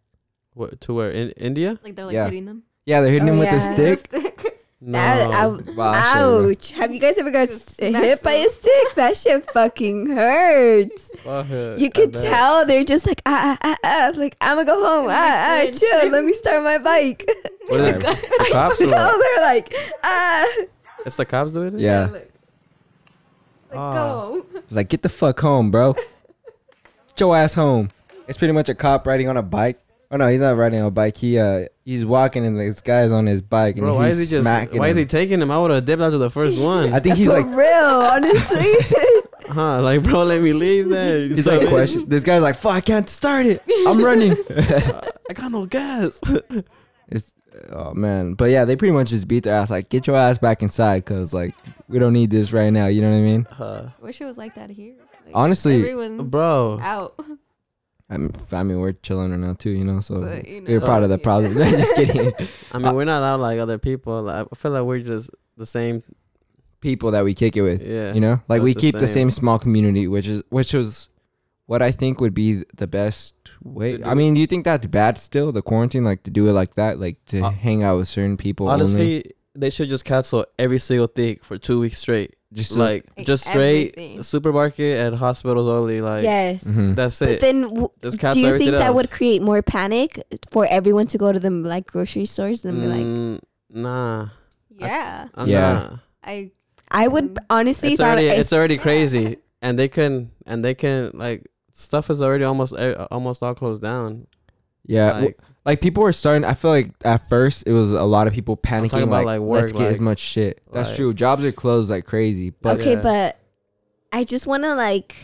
[SPEAKER 3] Where, to where in India?
[SPEAKER 4] Like they're like
[SPEAKER 2] Yeah.
[SPEAKER 4] hitting them.
[SPEAKER 2] Yeah, they're hitting
[SPEAKER 1] Oh,
[SPEAKER 2] them with
[SPEAKER 1] yeah.
[SPEAKER 2] a stick.
[SPEAKER 3] No.
[SPEAKER 1] That, I,
[SPEAKER 2] Wow, I should've-
[SPEAKER 1] ouch. Have you guys ever got
[SPEAKER 4] Just
[SPEAKER 1] st-
[SPEAKER 4] smacks
[SPEAKER 1] hit by a
[SPEAKER 4] them.
[SPEAKER 1] stick? That shit fucking hurts.
[SPEAKER 3] Fuck it, I
[SPEAKER 1] You could
[SPEAKER 3] bet.
[SPEAKER 1] tell they're just like, ah, ah, ah, ah. Like, I'm going to go home. Ah, ah,
[SPEAKER 4] Like,
[SPEAKER 1] chill. Let me start my bike.
[SPEAKER 2] What are they?
[SPEAKER 3] The cops. Or
[SPEAKER 1] no, they're like, ah.
[SPEAKER 3] It's the cops doing it.
[SPEAKER 2] Yeah,
[SPEAKER 4] like, like
[SPEAKER 3] Ah.
[SPEAKER 4] go home.
[SPEAKER 2] like get the fuck home, bro. Get your ass home. It's pretty much a cop riding on a bike. Oh no, he's not riding on a bike. He uh, he's walking and this guy's on his bike and
[SPEAKER 3] Bro,
[SPEAKER 2] he's
[SPEAKER 3] why is he just?
[SPEAKER 2] smacking.
[SPEAKER 3] Why is
[SPEAKER 2] him.
[SPEAKER 3] he taking him? I would have dipped after the first one.
[SPEAKER 2] I think he's
[SPEAKER 1] For
[SPEAKER 2] like
[SPEAKER 1] real, honestly.
[SPEAKER 3] huh? Like, bro, let me leave then.
[SPEAKER 2] He's
[SPEAKER 3] So-
[SPEAKER 2] like, question. This guy's like, fuck, I can't start it. I'm running.
[SPEAKER 3] I got no gas.
[SPEAKER 2] it's, oh man, but yeah, they pretty much just beat their ass. Like, get your ass back inside, cause like we don't need this right now. You know what I mean?
[SPEAKER 3] Uh,
[SPEAKER 4] Wish it was like that here. Like,
[SPEAKER 2] Honestly,
[SPEAKER 4] everyone's
[SPEAKER 1] Mm.
[SPEAKER 3] bro,
[SPEAKER 4] out.
[SPEAKER 2] I mean, f- I mean, we're chilling right now too, you know. So
[SPEAKER 4] But, you
[SPEAKER 2] we're
[SPEAKER 4] know,
[SPEAKER 2] part of the
[SPEAKER 4] yeah.
[SPEAKER 2] problem. just kidding.
[SPEAKER 3] I
[SPEAKER 2] Uh,
[SPEAKER 3] mean, we're not out like other people. Like, I feel like we're just the same.
[SPEAKER 2] People that we kick it with,
[SPEAKER 3] Yeah.
[SPEAKER 2] you know, like
[SPEAKER 3] So
[SPEAKER 2] we
[SPEAKER 3] it's the
[SPEAKER 2] keep the same
[SPEAKER 3] same.
[SPEAKER 2] small community, which is which was what I think would be the best way.
[SPEAKER 3] To do
[SPEAKER 2] I mean, do you think that's bad still? The quarantine, like to do it like that, like to
[SPEAKER 3] Uh,
[SPEAKER 2] hang out with certain people. only,
[SPEAKER 3] Honestly, they should just cancel every single thing for two weeks straight.
[SPEAKER 2] just to-
[SPEAKER 3] like,
[SPEAKER 4] Like,
[SPEAKER 3] just straight
[SPEAKER 4] everything.
[SPEAKER 3] supermarket and hospitals only. Like, mm-hmm.
[SPEAKER 1] yes.
[SPEAKER 2] Mhm.
[SPEAKER 3] that's
[SPEAKER 1] But
[SPEAKER 3] it.
[SPEAKER 1] then, w-
[SPEAKER 3] Just
[SPEAKER 1] do
[SPEAKER 3] cancel
[SPEAKER 1] you
[SPEAKER 3] everything
[SPEAKER 1] think that would
[SPEAKER 3] else.
[SPEAKER 1] create more panic for everyone to go to the like grocery stores and be like,
[SPEAKER 3] Mm, nah,
[SPEAKER 4] Yeah.
[SPEAKER 3] I'm
[SPEAKER 2] Yeah.
[SPEAKER 3] not.
[SPEAKER 4] I
[SPEAKER 1] I would honestly,
[SPEAKER 3] It's
[SPEAKER 1] if I,
[SPEAKER 3] already
[SPEAKER 1] if
[SPEAKER 3] it's already crazy, and they can and they can like stuff is already almost uh, almost all closed down.
[SPEAKER 2] yeah. w-
[SPEAKER 3] Like,
[SPEAKER 2] Like people were starting. I feel like at first it was a lot of people
[SPEAKER 3] I'm
[SPEAKER 2] panicking.
[SPEAKER 3] talking about,
[SPEAKER 2] like,
[SPEAKER 3] like, work,
[SPEAKER 2] let's get as
[SPEAKER 3] like-
[SPEAKER 2] much shit. That's
[SPEAKER 3] like-
[SPEAKER 2] true. Jobs are closed like crazy, but uh,
[SPEAKER 1] okay,
[SPEAKER 3] Yeah.
[SPEAKER 1] but I just want to like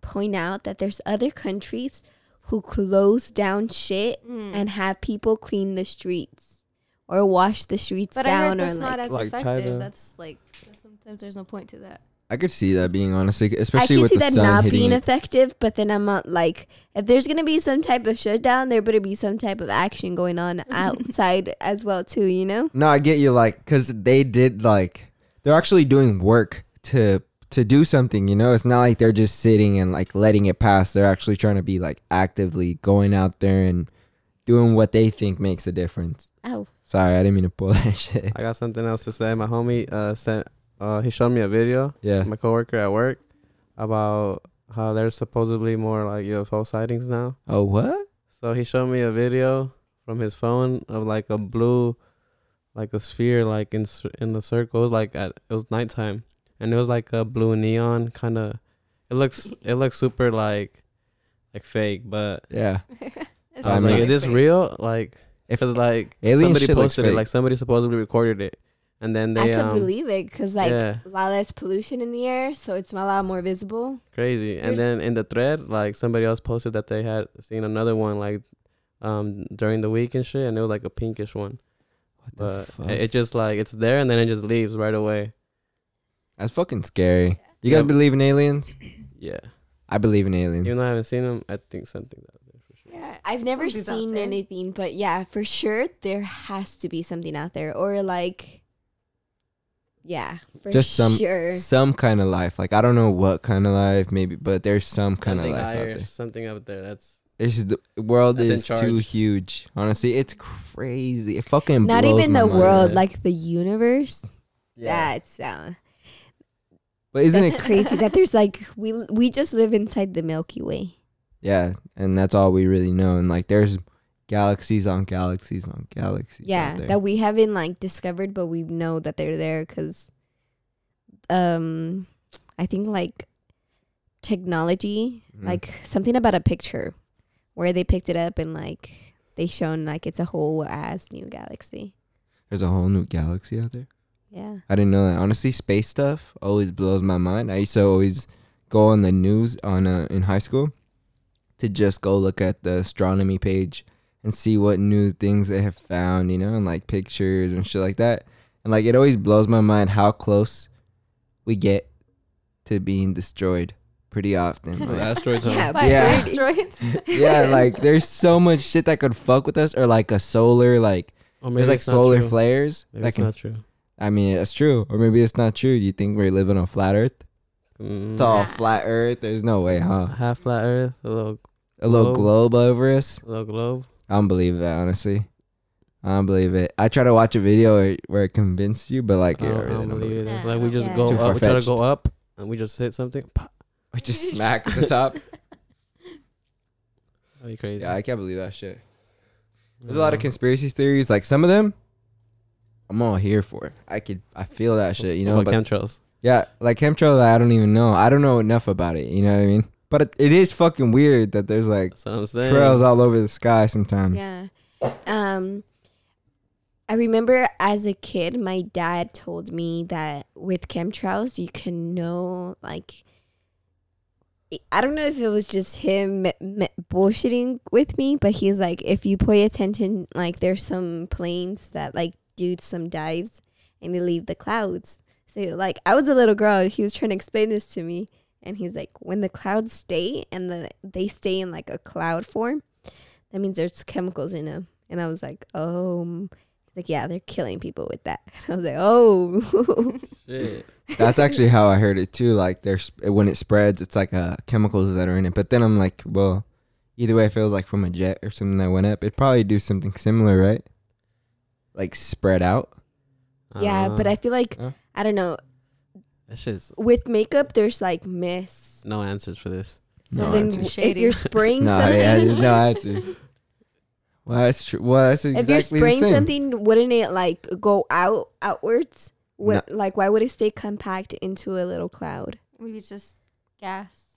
[SPEAKER 1] point out that there's other countries who close down shit
[SPEAKER 4] Mm.
[SPEAKER 1] and have people clean the streets or wash the streets
[SPEAKER 4] but I
[SPEAKER 1] down
[SPEAKER 4] heard that's
[SPEAKER 1] or
[SPEAKER 4] not
[SPEAKER 1] like
[SPEAKER 4] as
[SPEAKER 3] Like
[SPEAKER 4] effective.
[SPEAKER 3] China.
[SPEAKER 4] That's like sometimes there's no point to that.
[SPEAKER 2] I could see that being honestly,
[SPEAKER 1] I
[SPEAKER 2] especially
[SPEAKER 1] can
[SPEAKER 2] with
[SPEAKER 1] see
[SPEAKER 2] the
[SPEAKER 1] that
[SPEAKER 2] sun
[SPEAKER 1] not
[SPEAKER 2] hitting.
[SPEAKER 1] being
[SPEAKER 2] it.
[SPEAKER 1] effective, but then I'm not like if there's gonna be some type of shutdown, there better be some type of action going on outside as well too, you know?
[SPEAKER 2] no, I get you. Like, cause they did like they're actually doing work to to do something. You know, it's not like they're just sitting and like letting it pass. They're actually trying to be like actively going out there and doing what they think makes a difference.
[SPEAKER 1] Ow.
[SPEAKER 2] Sorry, I didn't mean to pull that shit.
[SPEAKER 3] I got something else to say. My homie uh sent uh he showed me a video.
[SPEAKER 2] Yeah.
[SPEAKER 3] my coworker at work about how there's supposedly more like UFO sightings now.
[SPEAKER 2] Oh what?
[SPEAKER 3] So he showed me a video from his phone of like a blue, like a sphere, like in cir- in the circle. It was like at it was nighttime, and it was like a blue neon kind of. It looks it looks super like, like fake. But
[SPEAKER 2] Yeah.
[SPEAKER 4] It's
[SPEAKER 3] I
[SPEAKER 2] I'm
[SPEAKER 3] was
[SPEAKER 4] just,
[SPEAKER 3] like,
[SPEAKER 2] not-
[SPEAKER 3] is this
[SPEAKER 4] fake.
[SPEAKER 3] real? Like,
[SPEAKER 2] If-
[SPEAKER 3] if like
[SPEAKER 2] alien
[SPEAKER 3] somebody
[SPEAKER 2] shit looks
[SPEAKER 3] posted it,
[SPEAKER 2] fake.
[SPEAKER 3] like somebody supposedly recorded it, and then they
[SPEAKER 1] I could
[SPEAKER 3] um
[SPEAKER 1] believe it because like
[SPEAKER 3] yeah.
[SPEAKER 1] a lot less pollution in the air, so it's a lot more visible.
[SPEAKER 3] crazy. And then in the thread, like somebody else posted that they had seen another one like, um during the week and shit, and it was like a pinkish one.
[SPEAKER 2] What the
[SPEAKER 3] but
[SPEAKER 2] fuck?
[SPEAKER 3] it, it just like it's there and then it just leaves right away.
[SPEAKER 2] That's fucking scary. You
[SPEAKER 3] Yeah.
[SPEAKER 2] guys believe in aliens?
[SPEAKER 3] Yeah,
[SPEAKER 2] I believe in aliens.
[SPEAKER 3] even though I haven't seen them, I think something's out there for sure.
[SPEAKER 4] Yeah,
[SPEAKER 1] I've never
[SPEAKER 4] something's out
[SPEAKER 1] seen
[SPEAKER 4] there.
[SPEAKER 1] anything, but yeah, for sure there has to be something out there, or like, yeah, for
[SPEAKER 2] Just some-
[SPEAKER 1] sure.
[SPEAKER 2] Some kind of life. Like I don't know what kind of life, maybe, but there's some kind of
[SPEAKER 3] Something
[SPEAKER 2] life out
[SPEAKER 3] higher,
[SPEAKER 2] there.
[SPEAKER 3] something out there. That's
[SPEAKER 2] It's the world
[SPEAKER 3] That's in
[SPEAKER 2] is too
[SPEAKER 3] charge.
[SPEAKER 2] huge. Honestly, it's crazy. It fucking
[SPEAKER 1] Not
[SPEAKER 2] blows
[SPEAKER 1] even
[SPEAKER 2] my
[SPEAKER 1] the
[SPEAKER 2] mind.
[SPEAKER 1] world,
[SPEAKER 3] Yeah.
[SPEAKER 1] like the universe. That sound.
[SPEAKER 2] But isn't
[SPEAKER 1] That's
[SPEAKER 2] it?
[SPEAKER 1] crazy that there's like we we just live inside the Milky Way.
[SPEAKER 2] Yeah, and that's all we really know. And like, there's galaxies on galaxies on galaxies.
[SPEAKER 1] yeah
[SPEAKER 2] out there.
[SPEAKER 1] that we haven't like discovered but we know that they're there because um i think like technology
[SPEAKER 2] Mhm.
[SPEAKER 1] like something about a picture where they picked it up and like they shown like it's a whole ass new galaxy.
[SPEAKER 2] There's a whole new galaxy out there.
[SPEAKER 1] Yeah.
[SPEAKER 2] I didn't know that. Honestly, space stuff always blows my mind. I used to always go on the news on uh, in high school to just go look at the astronomy page and see what new things they have found, you know, and like pictures and shit like that. And like it always blows my mind how close we get to being destroyed pretty often.
[SPEAKER 3] Oh,
[SPEAKER 2] Like,
[SPEAKER 3] asteroids. huh?
[SPEAKER 1] Yeah.
[SPEAKER 4] By
[SPEAKER 2] Yeah.
[SPEAKER 4] asteroids.
[SPEAKER 2] yeah, like there's so much shit that could fuck with us, or like a solar, like
[SPEAKER 3] Oh, maybe
[SPEAKER 2] there's like
[SPEAKER 3] it's not
[SPEAKER 2] solar
[SPEAKER 3] true.
[SPEAKER 2] flares
[SPEAKER 3] Maybe
[SPEAKER 2] that
[SPEAKER 3] it's
[SPEAKER 2] can
[SPEAKER 3] not true.
[SPEAKER 2] I mean, it's true, or maybe it's not true. You think we live on a flat Earth?
[SPEAKER 3] Mm,
[SPEAKER 2] It's all flat Earth. There's no way, huh?
[SPEAKER 3] half flat Earth, a little,
[SPEAKER 2] A little globe over us.
[SPEAKER 3] little globe.
[SPEAKER 2] I don't believe that, honestly. I don't believe it. I try to watch a video where- where it convinced you, but like,
[SPEAKER 3] I
[SPEAKER 2] it
[SPEAKER 3] don't, I
[SPEAKER 2] really
[SPEAKER 3] don't
[SPEAKER 2] don't
[SPEAKER 3] believe
[SPEAKER 2] believe-
[SPEAKER 3] it.
[SPEAKER 4] Yeah,
[SPEAKER 3] Like we just
[SPEAKER 4] yeah.
[SPEAKER 3] go
[SPEAKER 2] Too
[SPEAKER 3] up, we try to
[SPEAKER 2] far-fetched.
[SPEAKER 3] go up, and we just hit something. pop.
[SPEAKER 2] I just smacked the top.
[SPEAKER 3] That'd be crazy.
[SPEAKER 2] yeah, I can't believe that shit. There's a lot of conspiracy theories. Like some of them, I'm all here for. I could, I feel that shit, you know.
[SPEAKER 3] What
[SPEAKER 2] But
[SPEAKER 3] about chemtrails?
[SPEAKER 2] Yeah, like chemtrails, I don't even know. I don't know enough about it. You know what I mean? But it, it is fucking weird that there's like
[SPEAKER 3] That's what I'm saying.
[SPEAKER 2] trails all over the sky sometimes.
[SPEAKER 1] Yeah. Um I remember as a kid my dad told me that with chemtrails you can know like I don't know if it was just him me- me- bullshitting with me, but he's like, if you pay attention, like there's some planes that like do some dives and they leave the clouds. So like I was a little girl, he was trying to explain this to me, and he's like, when the clouds stay and the they stay in like a cloud form, that means there's chemicals in them. And I was like, oh, mm." He's like yeah, they're killing people with that. I was like, oh,
[SPEAKER 3] Shit.
[SPEAKER 2] That's actually how I heard it too. Like there's when it spreads, it's like uh, chemicals that are in it. But then I'm like, well, either way, if it was like from a jet or something that went up, it'd probably do something similar, right? Like spread out.
[SPEAKER 1] yeah.
[SPEAKER 3] Uh,
[SPEAKER 1] But I feel like
[SPEAKER 2] Yeah.
[SPEAKER 1] I don't know.
[SPEAKER 3] That's just
[SPEAKER 1] With makeup, there's like mist.
[SPEAKER 3] no answers for this.
[SPEAKER 1] So
[SPEAKER 2] No
[SPEAKER 1] then
[SPEAKER 2] answer.
[SPEAKER 1] w- if
[SPEAKER 4] Shady.
[SPEAKER 1] you're spraying
[SPEAKER 2] No,
[SPEAKER 1] something,
[SPEAKER 2] yeah, there's no answer. Well, that's true. Well, that's
[SPEAKER 1] if you're
[SPEAKER 2] exactly the
[SPEAKER 1] spraying
[SPEAKER 2] same.
[SPEAKER 1] something, wouldn't it like go out outwards? What, Like, why would it stay compact into a little cloud?
[SPEAKER 4] Maybe it's just gas.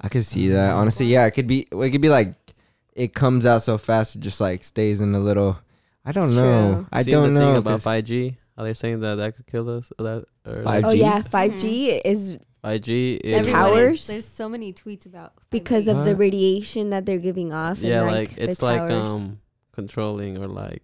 [SPEAKER 2] I could see that.
[SPEAKER 1] Mm.
[SPEAKER 2] Honestly, yeah, it could be. It could be like it comes out so fast, it just like stays in a little. I don't know.
[SPEAKER 1] True.
[SPEAKER 2] I
[SPEAKER 3] Seen
[SPEAKER 2] don't
[SPEAKER 3] the
[SPEAKER 2] know
[SPEAKER 3] thing
[SPEAKER 2] 'cause-
[SPEAKER 3] about 5G. How they're saying that that could kill us. Or that or like,
[SPEAKER 2] 5G?
[SPEAKER 1] Oh yeah, five G
[SPEAKER 4] Mm-hmm.
[SPEAKER 1] is
[SPEAKER 3] 5G is
[SPEAKER 1] Everyone
[SPEAKER 4] Everyone
[SPEAKER 1] towers?
[SPEAKER 4] is- there's so many tweets about
[SPEAKER 1] because
[SPEAKER 4] 5G.
[SPEAKER 1] of the
[SPEAKER 2] What?
[SPEAKER 1] radiation that they're giving off.
[SPEAKER 3] yeah,
[SPEAKER 1] and,
[SPEAKER 3] like,
[SPEAKER 1] like,
[SPEAKER 3] it's
[SPEAKER 1] the
[SPEAKER 3] like
[SPEAKER 1] towers.
[SPEAKER 3] um controlling or like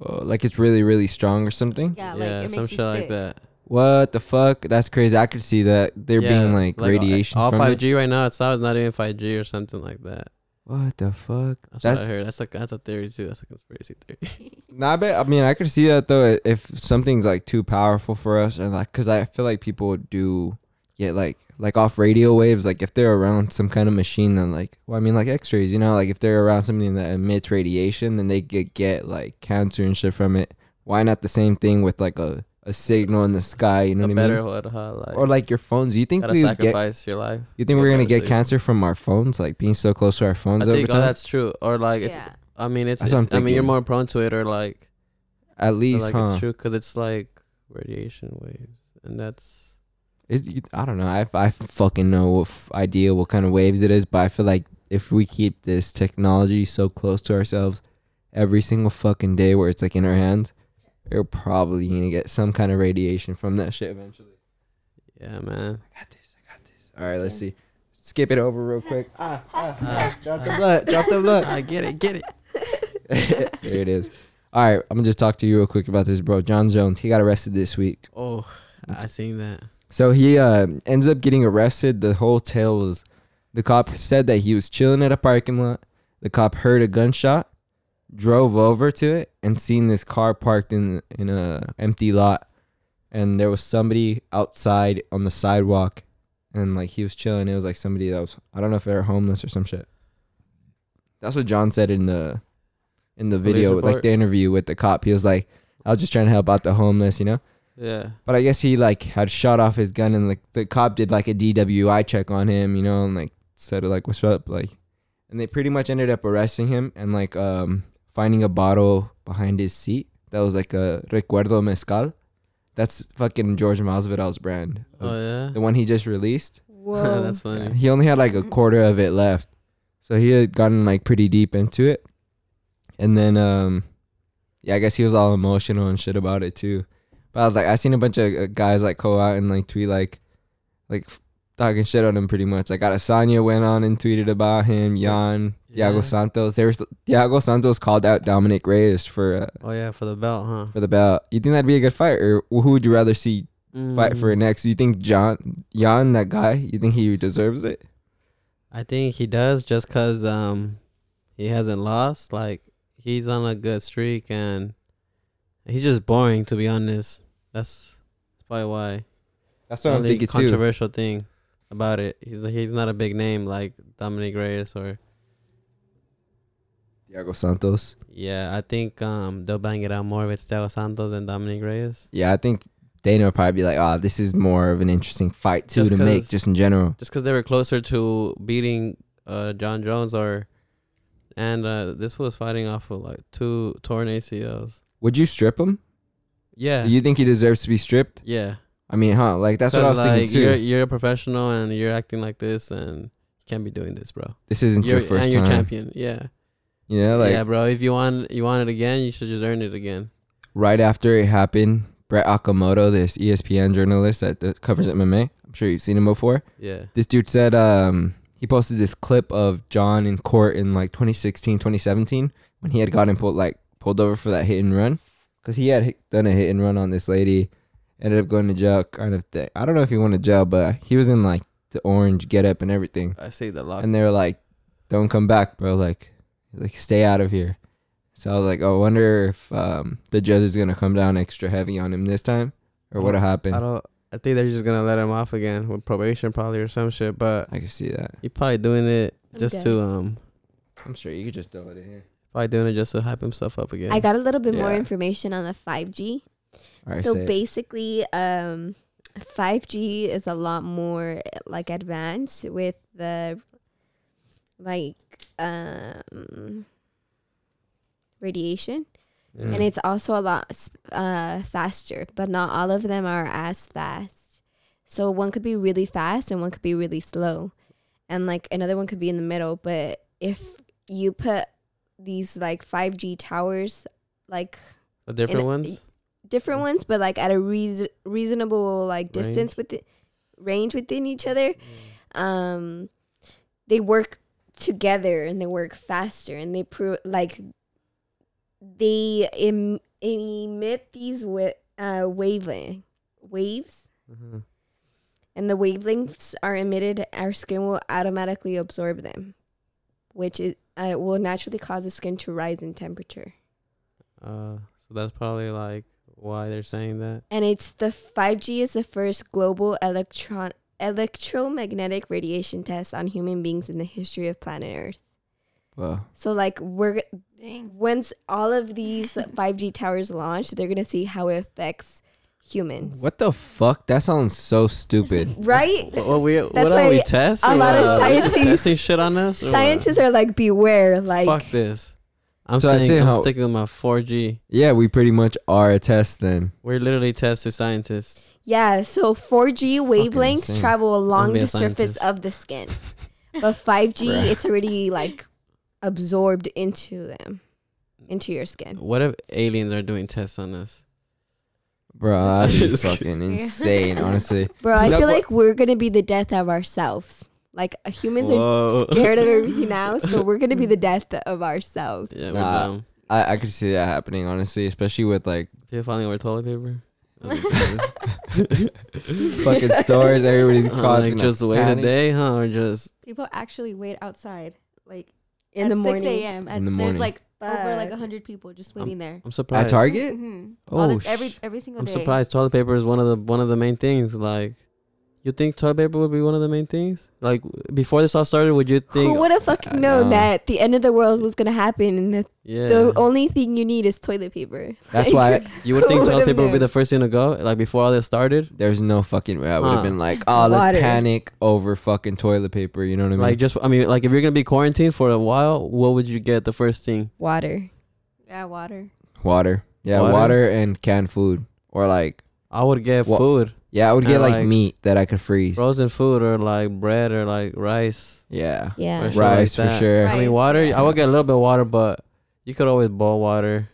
[SPEAKER 2] Oh, like it's really, really strong or something.
[SPEAKER 4] yeah,
[SPEAKER 3] yeah,
[SPEAKER 4] like it
[SPEAKER 3] some
[SPEAKER 4] makes
[SPEAKER 3] shit
[SPEAKER 4] you
[SPEAKER 3] like
[SPEAKER 4] sick.
[SPEAKER 3] that.
[SPEAKER 2] What the fuck? That's crazy. I could see that there
[SPEAKER 3] Yeah,
[SPEAKER 2] being like,
[SPEAKER 3] all-
[SPEAKER 2] radiation
[SPEAKER 3] All
[SPEAKER 2] from
[SPEAKER 3] five
[SPEAKER 2] it.
[SPEAKER 3] G right now. It's not, it's not even five G or something like that.
[SPEAKER 2] What the fuck?
[SPEAKER 3] That's, what I
[SPEAKER 2] That's
[SPEAKER 3] heard. That's a that's a theory too. That's a conspiracy theory.
[SPEAKER 2] no, I bet. I mean, I could see that though. i- If something's like too powerful for us, and like, cause I feel like people do get like like off radio waves. Like if they're around some kind of machine, then like, well, I mean, like X rays. You know, like if they're around something that emits radiation, then they could get like cancer and shit from it. Why not the same thing with like a a signal in the sky? You know
[SPEAKER 3] a
[SPEAKER 2] what I
[SPEAKER 3] better
[SPEAKER 2] mean?
[SPEAKER 3] hood, huh? Like,
[SPEAKER 2] Or like your phones. You think
[SPEAKER 3] gotta
[SPEAKER 2] we would get
[SPEAKER 3] sacrifice your life.
[SPEAKER 2] You think
[SPEAKER 3] Yeah,
[SPEAKER 2] we're gonna
[SPEAKER 3] better
[SPEAKER 2] get
[SPEAKER 3] sleep.
[SPEAKER 2] cancer from our phones, like being so close to our phones
[SPEAKER 3] I
[SPEAKER 2] over
[SPEAKER 3] think oh,
[SPEAKER 2] time?
[SPEAKER 3] that's true. Or like, it's,
[SPEAKER 4] yeah.
[SPEAKER 3] I mean, it's.
[SPEAKER 2] That's what I'm
[SPEAKER 3] it's- I mean, you're
[SPEAKER 2] thinking.
[SPEAKER 3] more prone to it, or like,
[SPEAKER 2] At
[SPEAKER 3] or,
[SPEAKER 2] least,
[SPEAKER 3] like
[SPEAKER 2] huh?
[SPEAKER 3] it's true because it's like radiation waves, and that's
[SPEAKER 2] Is you- I don't know. I, I fucking know what f- idea what kind of waves it is, but I feel like if we keep this technology so close to ourselves every single fucking day, where it's like in our hands, we're probably gonna get some kind of radiation from that shit eventually.
[SPEAKER 3] yeah, man.
[SPEAKER 2] All right, let's see. Skip it over real quick. Ah, ah, ah. drop the blood. Drop the blood.
[SPEAKER 3] Uh, I get it, get it.
[SPEAKER 2] there it is. All right, I'm gonna just talk to you real quick about this, bro. John Jones, he got arrested this week.
[SPEAKER 3] Oh, I seen that.
[SPEAKER 2] So he uh, ends up getting arrested. The whole tale was the cop said that he was chilling at a parking lot. The cop heard a gunshot, drove over to it, and seen this car parked in in a empty lot. And there was somebody outside on the sidewalk, and like he was chilling. It was like somebody that was I don't know if they were homeless or some shit. That's what John said in the in the
[SPEAKER 3] Police
[SPEAKER 2] video, like
[SPEAKER 3] report?
[SPEAKER 2] the interview with the cop. He was like, "I was just trying to help out the homeless," you know.
[SPEAKER 3] Yeah,
[SPEAKER 2] But I guess he like had shot off his gun and like the cop did like a DWI check on him, you know, and like said like what's up, like, and they pretty much ended up arresting him and like um finding a bottle behind his seat that was like a Recuerdo Mezcal. That's fucking George Masvidal's brand,
[SPEAKER 3] oh yeah.
[SPEAKER 2] the one he just released.
[SPEAKER 1] Whoa.
[SPEAKER 3] that's funny.
[SPEAKER 2] He only had like a quarter of it left, So he had gotten like pretty deep into it. And then um yeah, I guess he was all emotional and shit about it too. But I was like I seen a bunch of uh, guys like go out and like tweet like like f- talking shit on him pretty much. Like Adesanya went on and tweeted about him, Jan,
[SPEAKER 3] Yeah.
[SPEAKER 2] Thiago Santos. There was Thiago Santos called out Dominic Reyes for uh,
[SPEAKER 3] Oh yeah, for the belt, huh?
[SPEAKER 2] for the belt. You think that'd be a good fight or who would you rather see fight
[SPEAKER 3] Mm.
[SPEAKER 2] for it next? You think John Jan that guy, you think he deserves it?
[SPEAKER 3] I think he does just cause um he hasn't lost. Like he's on a good streak and he's just boring to be honest. That's that's probably why.
[SPEAKER 2] That's
[SPEAKER 3] The
[SPEAKER 2] what I'm
[SPEAKER 3] only
[SPEAKER 2] thinking too.
[SPEAKER 3] controversial thing about it. He's he's not a big name like Dominic Reyes or
[SPEAKER 2] Thiago Santos.
[SPEAKER 3] yeah. I think um they'll bang it out more with Teo Santos than Dominic Reyes.
[SPEAKER 2] Yeah, I think Dana will probably be like, "Oh, this is more of an interesting fight too
[SPEAKER 3] Just
[SPEAKER 2] to make,
[SPEAKER 3] 'cause-
[SPEAKER 2] just in general."
[SPEAKER 3] Just 'cause they were closer to beating uh John Jones or and uh this was fighting off of like two torn ACLs.
[SPEAKER 2] Would you strip him?
[SPEAKER 3] Yeah.
[SPEAKER 2] Do you think he deserves to be stripped?
[SPEAKER 3] yeah.
[SPEAKER 2] I mean, huh? Like that's what I was
[SPEAKER 3] 'Cause, like,
[SPEAKER 2] thinking too.
[SPEAKER 3] You're, you're a professional and you're acting like this and you can't be doing this, bro.
[SPEAKER 2] This isn't
[SPEAKER 3] You're,
[SPEAKER 2] your first
[SPEAKER 3] and you're
[SPEAKER 2] time.
[SPEAKER 3] champion. Yeah.
[SPEAKER 2] You know, like
[SPEAKER 3] yeah, bro. If you want you want it again, you should just earn it again.
[SPEAKER 2] right after it happened, Brett Akamoto, this E ESPN journalist that that covers MMA, I'm sure you've seen him before.
[SPEAKER 3] Yeah.
[SPEAKER 2] This dude said um, he posted this clip of John in court in like 2016, 2017 when he had gotten pulled like pulled over for that hit and run because he had hit, done a hit and run on this lady, ended up going to jail kind of thing. I don't know if he went to jail, but he was in like the orange getup and everything,
[SPEAKER 3] I see the lock.
[SPEAKER 2] and they were like, "Don't come back, bro. Like, like stay out of here." So I was like, "Oh, "I wonder if um, the judge is gonna come down extra heavy on him this time, or what'll
[SPEAKER 3] I
[SPEAKER 2] happen."
[SPEAKER 3] don't I think they're just gonna let him off again with probation probably or some shit, but
[SPEAKER 2] I can see that.
[SPEAKER 3] he probably doing it
[SPEAKER 1] I'm
[SPEAKER 3] just
[SPEAKER 1] good.
[SPEAKER 3] to um
[SPEAKER 2] I'm sure you could just throw it in here.
[SPEAKER 3] probably doing it just to hype himself up again.
[SPEAKER 1] I got a little bit more
[SPEAKER 2] Yeah.
[SPEAKER 1] information on the 5G.
[SPEAKER 2] All right,
[SPEAKER 1] so
[SPEAKER 2] say it.
[SPEAKER 1] basically, um, 5G is a lot more like advanced with the like um, radiation,
[SPEAKER 3] Yeah.
[SPEAKER 2] Mm.
[SPEAKER 1] and it's also a lot s- uh, faster. But not all of them are as fast. So one could be really fast, and one could be really slow, and like another one could be in the middle. But if you put these like 5G towers, like
[SPEAKER 3] the different
[SPEAKER 1] and- uh,
[SPEAKER 3] ones.
[SPEAKER 1] different ones, but like at a reas reasonable like distance with range within each other. Um, they work together and they work faster and they pro- like they em- emit these wa- uh, wavelength waves
[SPEAKER 3] Mhm.
[SPEAKER 1] and the wavelengths are emitted, our skin will automatically absorb them, which is, uh, will naturally cause the skin to rise in temperature.
[SPEAKER 3] Uh so that's probably like why they're saying that.
[SPEAKER 1] and it's the 5G is the first global electron electromagnetic radiation test on human beings in the history of planet Earth.
[SPEAKER 2] Well,
[SPEAKER 1] So like we're
[SPEAKER 4] Dang.
[SPEAKER 1] once all of these 5G towers launch, they're going to see how it affects humans.
[SPEAKER 2] What the fuck? That sounds so stupid.
[SPEAKER 1] Right?
[SPEAKER 3] What, what we what
[SPEAKER 1] why
[SPEAKER 3] are we
[SPEAKER 1] a
[SPEAKER 3] testing?
[SPEAKER 1] lot of
[SPEAKER 3] Are we
[SPEAKER 1] scientists-
[SPEAKER 3] testing shit on us. or what?
[SPEAKER 1] Scientists are like beware like
[SPEAKER 3] fuck this. I'm
[SPEAKER 2] So I'd say
[SPEAKER 3] saying I'm
[SPEAKER 2] how-
[SPEAKER 3] sticking with my 4G.
[SPEAKER 2] yeah, we pretty much are a test then.
[SPEAKER 3] We're literally testing scientists.
[SPEAKER 1] yeah, so 4G wavelengths
[SPEAKER 2] insane.
[SPEAKER 1] travel along
[SPEAKER 3] be a
[SPEAKER 1] the surface
[SPEAKER 3] scientist.
[SPEAKER 1] of the skin. But 5G
[SPEAKER 2] Bruh.
[SPEAKER 1] it's already like absorbed into them into your skin.
[SPEAKER 3] What if aliens are doing tests on us?
[SPEAKER 2] Bro, that is
[SPEAKER 3] Just
[SPEAKER 2] fucking
[SPEAKER 4] kidding.
[SPEAKER 2] insane, honestly.
[SPEAKER 1] Bro, I
[SPEAKER 2] That
[SPEAKER 1] feel
[SPEAKER 2] wa-
[SPEAKER 1] like we're gonna be the death of ourselves. Like uh, humans
[SPEAKER 3] Whoa.
[SPEAKER 1] are scared of everything else, but we're gonna be the death of ourselves.
[SPEAKER 3] Yeah, we're
[SPEAKER 2] Nah.
[SPEAKER 3] dumb.
[SPEAKER 2] I, I could see that happening, honestly, especially with like
[SPEAKER 3] People falling over toilet paper.
[SPEAKER 2] fucking stores, everybody's
[SPEAKER 3] I'm
[SPEAKER 2] causing
[SPEAKER 3] Uh, like just wait a
[SPEAKER 2] panic.
[SPEAKER 3] day, huh? Or just
[SPEAKER 4] People actually wait outside, like
[SPEAKER 1] In
[SPEAKER 4] at
[SPEAKER 1] the
[SPEAKER 4] 6
[SPEAKER 1] morning,
[SPEAKER 4] a.m.
[SPEAKER 2] In the
[SPEAKER 4] and There's
[SPEAKER 2] morning.
[SPEAKER 4] like over like
[SPEAKER 1] Fuck. Mm-hmm.
[SPEAKER 4] hundred people just waiting there.
[SPEAKER 3] I'm
[SPEAKER 2] At
[SPEAKER 3] surprised.
[SPEAKER 2] Target?
[SPEAKER 4] Mhm. All
[SPEAKER 2] Oh,
[SPEAKER 4] the- every
[SPEAKER 2] sh-
[SPEAKER 4] every single
[SPEAKER 3] I'm
[SPEAKER 4] day.
[SPEAKER 3] surprised toilet paper is one of the one of the main things. Like, you think toilet paper would be one of the main things? Like before this all started, would you think?
[SPEAKER 1] Who would have fucking
[SPEAKER 2] I
[SPEAKER 1] known
[SPEAKER 2] know.
[SPEAKER 1] that the end of the world was gonna happen, and the,
[SPEAKER 3] yeah.
[SPEAKER 1] the only thing you need is toilet paper?
[SPEAKER 2] that's why
[SPEAKER 3] you would think
[SPEAKER 1] oh, Who
[SPEAKER 3] toilet
[SPEAKER 1] would've
[SPEAKER 3] paper would be
[SPEAKER 1] known?
[SPEAKER 3] the first thing to go. Like before all this started.
[SPEAKER 2] there's no fucking way I would have
[SPEAKER 3] Huh.
[SPEAKER 2] been like, oh, let's
[SPEAKER 1] Water.
[SPEAKER 2] panic over fucking toilet paper. You know what I mean?
[SPEAKER 3] Like just, I mean, like if you're gonna be quarantined for a while, what would you get the first thing?
[SPEAKER 1] Water.
[SPEAKER 4] Yeah, water.
[SPEAKER 2] water. Yeah,
[SPEAKER 3] Water?
[SPEAKER 2] water and canned food. Or like
[SPEAKER 3] I would get
[SPEAKER 2] Wha-
[SPEAKER 3] food,
[SPEAKER 2] Yeah, I would get
[SPEAKER 3] And,
[SPEAKER 2] like,
[SPEAKER 3] like,
[SPEAKER 2] meat that I could freeze.
[SPEAKER 3] frozen food, or like bread, or like rice.
[SPEAKER 2] Yeah.
[SPEAKER 3] or
[SPEAKER 1] Yeah.
[SPEAKER 3] shit like
[SPEAKER 2] Rice for
[SPEAKER 3] that.
[SPEAKER 2] sure.
[SPEAKER 4] Right.
[SPEAKER 3] I
[SPEAKER 4] Rice,
[SPEAKER 3] mean, water.
[SPEAKER 4] yeah.
[SPEAKER 3] I would get a little bit of water, but you could always boil water.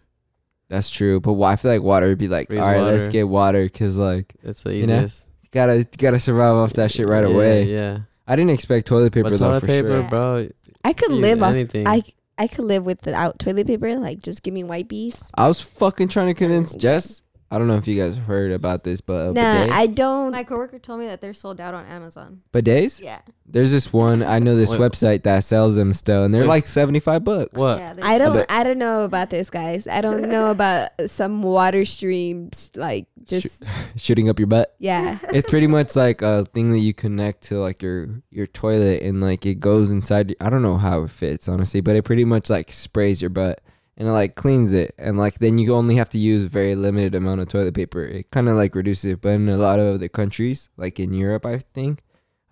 [SPEAKER 2] That's true. But why I feel like water would be like,
[SPEAKER 3] Freeze
[SPEAKER 2] all right, let's
[SPEAKER 3] water.
[SPEAKER 2] get water because like
[SPEAKER 3] It's the
[SPEAKER 2] You know?
[SPEAKER 3] easiest.
[SPEAKER 2] you gotta you gotta survive off that shit right
[SPEAKER 3] Yeah,
[SPEAKER 2] away.
[SPEAKER 3] Yeah.
[SPEAKER 2] I didn't expect toilet paper
[SPEAKER 3] but
[SPEAKER 2] though
[SPEAKER 3] toilet
[SPEAKER 2] for
[SPEAKER 3] paper,
[SPEAKER 2] sure.
[SPEAKER 1] Yeah.
[SPEAKER 3] bro.
[SPEAKER 1] I could
[SPEAKER 3] you-
[SPEAKER 1] live off.
[SPEAKER 3] anything.
[SPEAKER 1] I I could live without toilet paper. Like just give me wipes.
[SPEAKER 2] I was fucking trying to convince Jess. I don't know if you guys heard about this, but uh,
[SPEAKER 1] Nah,
[SPEAKER 2] bidet-
[SPEAKER 1] I don't.
[SPEAKER 4] My coworker told me that they're sold out on Amazon.
[SPEAKER 2] bidets.
[SPEAKER 4] Yeah.
[SPEAKER 2] There's this one I know this
[SPEAKER 3] Wait.
[SPEAKER 2] website that sells them still, and they're
[SPEAKER 3] Wait.
[SPEAKER 2] like seventy five bucks.
[SPEAKER 3] What?
[SPEAKER 4] Yeah, they're
[SPEAKER 1] I
[SPEAKER 4] sold-
[SPEAKER 1] don't. I don't know about this, guys. I don't know about some water streams. Like just
[SPEAKER 2] Shooting up your butt.
[SPEAKER 1] yeah.
[SPEAKER 2] It's pretty much like a thing that you connect to like your your toilet, and like it goes inside. I don't know how it fits honestly, but it pretty much like sprays your butt and it like cleans it, and like then you only have to use a very limited amount of toilet paper. It kind of like reduces it, but in a lot of the countries, like in Europe, I think.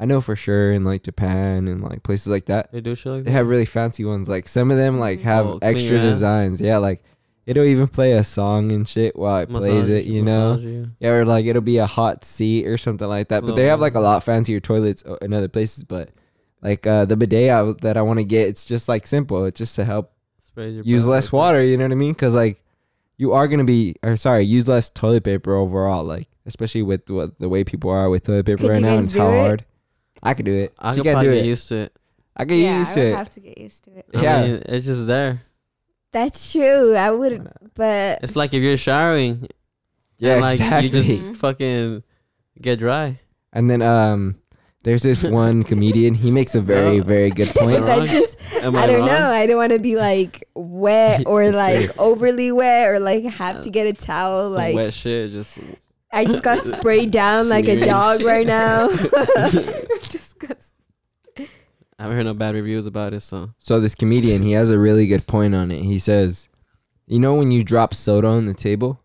[SPEAKER 2] I know for sure in like Japan and like places like that,
[SPEAKER 3] They do shit like
[SPEAKER 2] they
[SPEAKER 3] that.
[SPEAKER 2] have really fancy ones. Like some of them like have
[SPEAKER 3] Oh, clean
[SPEAKER 2] extra
[SPEAKER 3] your ass.
[SPEAKER 2] designs. Yeah, like it'll even play a song and shit while it plays
[SPEAKER 3] Massage-
[SPEAKER 2] it. You know.
[SPEAKER 3] massage you.
[SPEAKER 2] Yeah, or like it'll be a hot seat or something like that. But they
[SPEAKER 3] Mm-hmm.
[SPEAKER 2] have like a lot fancier toilets o- in other places. But like uh, the bidet I, that I want to get, it's just like simple. It's just to help
[SPEAKER 3] Sprays your
[SPEAKER 2] use
[SPEAKER 3] butt
[SPEAKER 2] less
[SPEAKER 3] like that.
[SPEAKER 2] water. You know what I mean? Because like you are gonna be, or sorry, use less toilet paper overall. Like especially with what the way people are with toilet paper
[SPEAKER 1] Could
[SPEAKER 2] right
[SPEAKER 1] you
[SPEAKER 2] now, and
[SPEAKER 1] guys
[SPEAKER 2] it's
[SPEAKER 1] do
[SPEAKER 2] how
[SPEAKER 1] it?
[SPEAKER 2] hard. I could do it.
[SPEAKER 3] I
[SPEAKER 2] she
[SPEAKER 3] could
[SPEAKER 2] can
[SPEAKER 3] probably
[SPEAKER 2] do
[SPEAKER 3] get
[SPEAKER 2] it.
[SPEAKER 3] used to it.
[SPEAKER 2] I could
[SPEAKER 4] yeah,
[SPEAKER 2] use
[SPEAKER 4] I would
[SPEAKER 2] it.
[SPEAKER 4] have to get used to it.
[SPEAKER 3] I
[SPEAKER 2] Yeah.
[SPEAKER 3] mean, it's just there.
[SPEAKER 1] That's true. I would, but
[SPEAKER 3] It's like if you're showering,
[SPEAKER 2] yeah,
[SPEAKER 3] and like
[SPEAKER 2] exactly.
[SPEAKER 3] you just
[SPEAKER 4] Mhm.
[SPEAKER 3] fucking get dry.
[SPEAKER 2] and then um, there's this one comedian. He makes a very
[SPEAKER 3] No.
[SPEAKER 2] very good point.
[SPEAKER 3] wrong?
[SPEAKER 1] that just
[SPEAKER 3] Am
[SPEAKER 1] I don't
[SPEAKER 3] wrong?
[SPEAKER 1] know. I don't want to be like wet or
[SPEAKER 2] It's
[SPEAKER 1] like overly wet or like have to get a towel.
[SPEAKER 3] Some
[SPEAKER 1] Like
[SPEAKER 3] wet shit. Just
[SPEAKER 1] I just got sprayed down like a
[SPEAKER 3] Smearing
[SPEAKER 1] dog right now.
[SPEAKER 4] Disgusting.
[SPEAKER 3] I haven't heard no bad reviews about it. So
[SPEAKER 2] So this comedian, he has a really good point on it. He says, you know, when you drop soda on the table,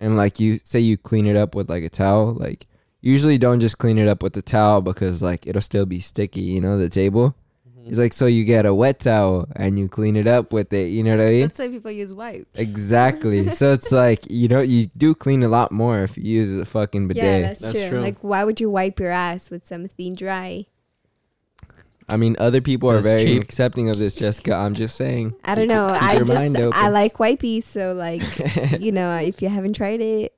[SPEAKER 2] and like you say you clean it up with like a towel, like usually don't just clean it up with the towel because like it'll still be sticky, you know, the table. He's like, so you get a wet towel and you clean it up with it. You know what I mean?
[SPEAKER 4] That's why people use wipes.
[SPEAKER 2] Exactly. so it's like you know you do clean a lot more if you use a fucking bidet.
[SPEAKER 1] yeah, that's,
[SPEAKER 3] That's
[SPEAKER 1] true.
[SPEAKER 3] true.
[SPEAKER 1] Like, why would you wipe your ass with something dry?
[SPEAKER 2] I mean, other people are
[SPEAKER 3] That's
[SPEAKER 2] very
[SPEAKER 3] cheap.
[SPEAKER 2] accepting of this, Jessica. I'm just saying.
[SPEAKER 1] I don't know.
[SPEAKER 2] Keep
[SPEAKER 1] I
[SPEAKER 2] your
[SPEAKER 1] just
[SPEAKER 2] mind open.
[SPEAKER 1] I like wipey, so like you know, if you haven't tried it,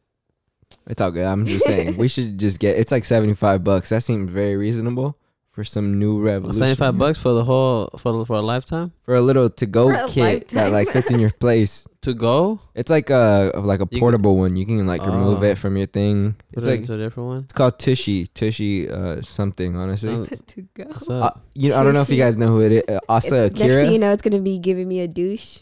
[SPEAKER 2] It's all good. I'm just saying we should just get. It's like seventy five bucks. That seems very reasonable for some new revolution.
[SPEAKER 3] seventy five bucks for the whole for for a lifetime
[SPEAKER 2] for a little to go
[SPEAKER 4] For a
[SPEAKER 2] kit that
[SPEAKER 4] lifetime.
[SPEAKER 2] like fits in your place.
[SPEAKER 3] to go.
[SPEAKER 2] It's like a like a
[SPEAKER 3] You
[SPEAKER 2] portable one. You can like remove
[SPEAKER 3] Oh.
[SPEAKER 2] it from your thing.
[SPEAKER 3] Put
[SPEAKER 2] It's
[SPEAKER 3] it
[SPEAKER 2] like
[SPEAKER 3] into a different one.
[SPEAKER 2] it's called Tushy Tushy uh, something. Honestly,
[SPEAKER 3] Sounds-
[SPEAKER 4] to go.
[SPEAKER 3] What's
[SPEAKER 2] uh,
[SPEAKER 3] up?
[SPEAKER 2] you know, I don't know if you
[SPEAKER 1] Tushy.
[SPEAKER 2] guys know who it is. Uh, Asa
[SPEAKER 1] next thing you
[SPEAKER 2] Akira.
[SPEAKER 1] know, it's gonna be giving me a douche.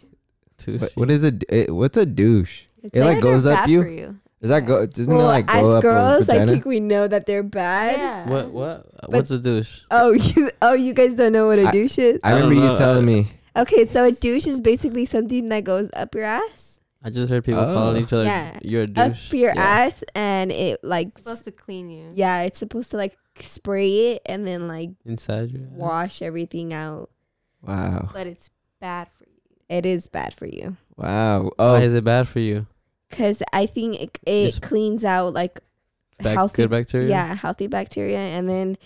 [SPEAKER 3] Two
[SPEAKER 2] What,
[SPEAKER 3] sheets.
[SPEAKER 2] what is a d- it? What's a douche?
[SPEAKER 1] It's
[SPEAKER 2] It like goes up you. Does that
[SPEAKER 4] Yeah.
[SPEAKER 2] go? Doesn't
[SPEAKER 1] well,
[SPEAKER 2] it like go
[SPEAKER 1] as
[SPEAKER 2] up? a
[SPEAKER 1] girls, I
[SPEAKER 2] vagina?
[SPEAKER 1] think we know that they're bad.
[SPEAKER 4] Yeah.
[SPEAKER 3] What what? What's a douche?
[SPEAKER 1] Oh, you, oh, you guys don't know what a
[SPEAKER 2] I-
[SPEAKER 1] douche is?
[SPEAKER 2] I
[SPEAKER 3] I don't
[SPEAKER 2] remember you
[SPEAKER 3] know. uh,
[SPEAKER 2] telling me.
[SPEAKER 1] Okay, so a douche is basically something that goes up your ass,
[SPEAKER 3] I just heard people
[SPEAKER 2] Oh.
[SPEAKER 3] calling each other.
[SPEAKER 1] Yeah.
[SPEAKER 3] You're a
[SPEAKER 1] up
[SPEAKER 3] douche.
[SPEAKER 1] your
[SPEAKER 2] Yeah.
[SPEAKER 1] ass, and it like,
[SPEAKER 4] It's supposed to clean you.
[SPEAKER 1] yeah, it's supposed to like spray it and then like
[SPEAKER 3] Inside your
[SPEAKER 1] wash everything out.
[SPEAKER 2] Wow.
[SPEAKER 4] But it's bad for you.
[SPEAKER 1] It is bad for you
[SPEAKER 2] Wow.
[SPEAKER 3] Why
[SPEAKER 2] Oh,
[SPEAKER 3] is it bad for you?
[SPEAKER 1] because I think it, it
[SPEAKER 3] Just
[SPEAKER 1] cleans out like
[SPEAKER 3] Bac-
[SPEAKER 1] healthy,
[SPEAKER 3] good bacteria.
[SPEAKER 1] yeah, healthy bacteria, and then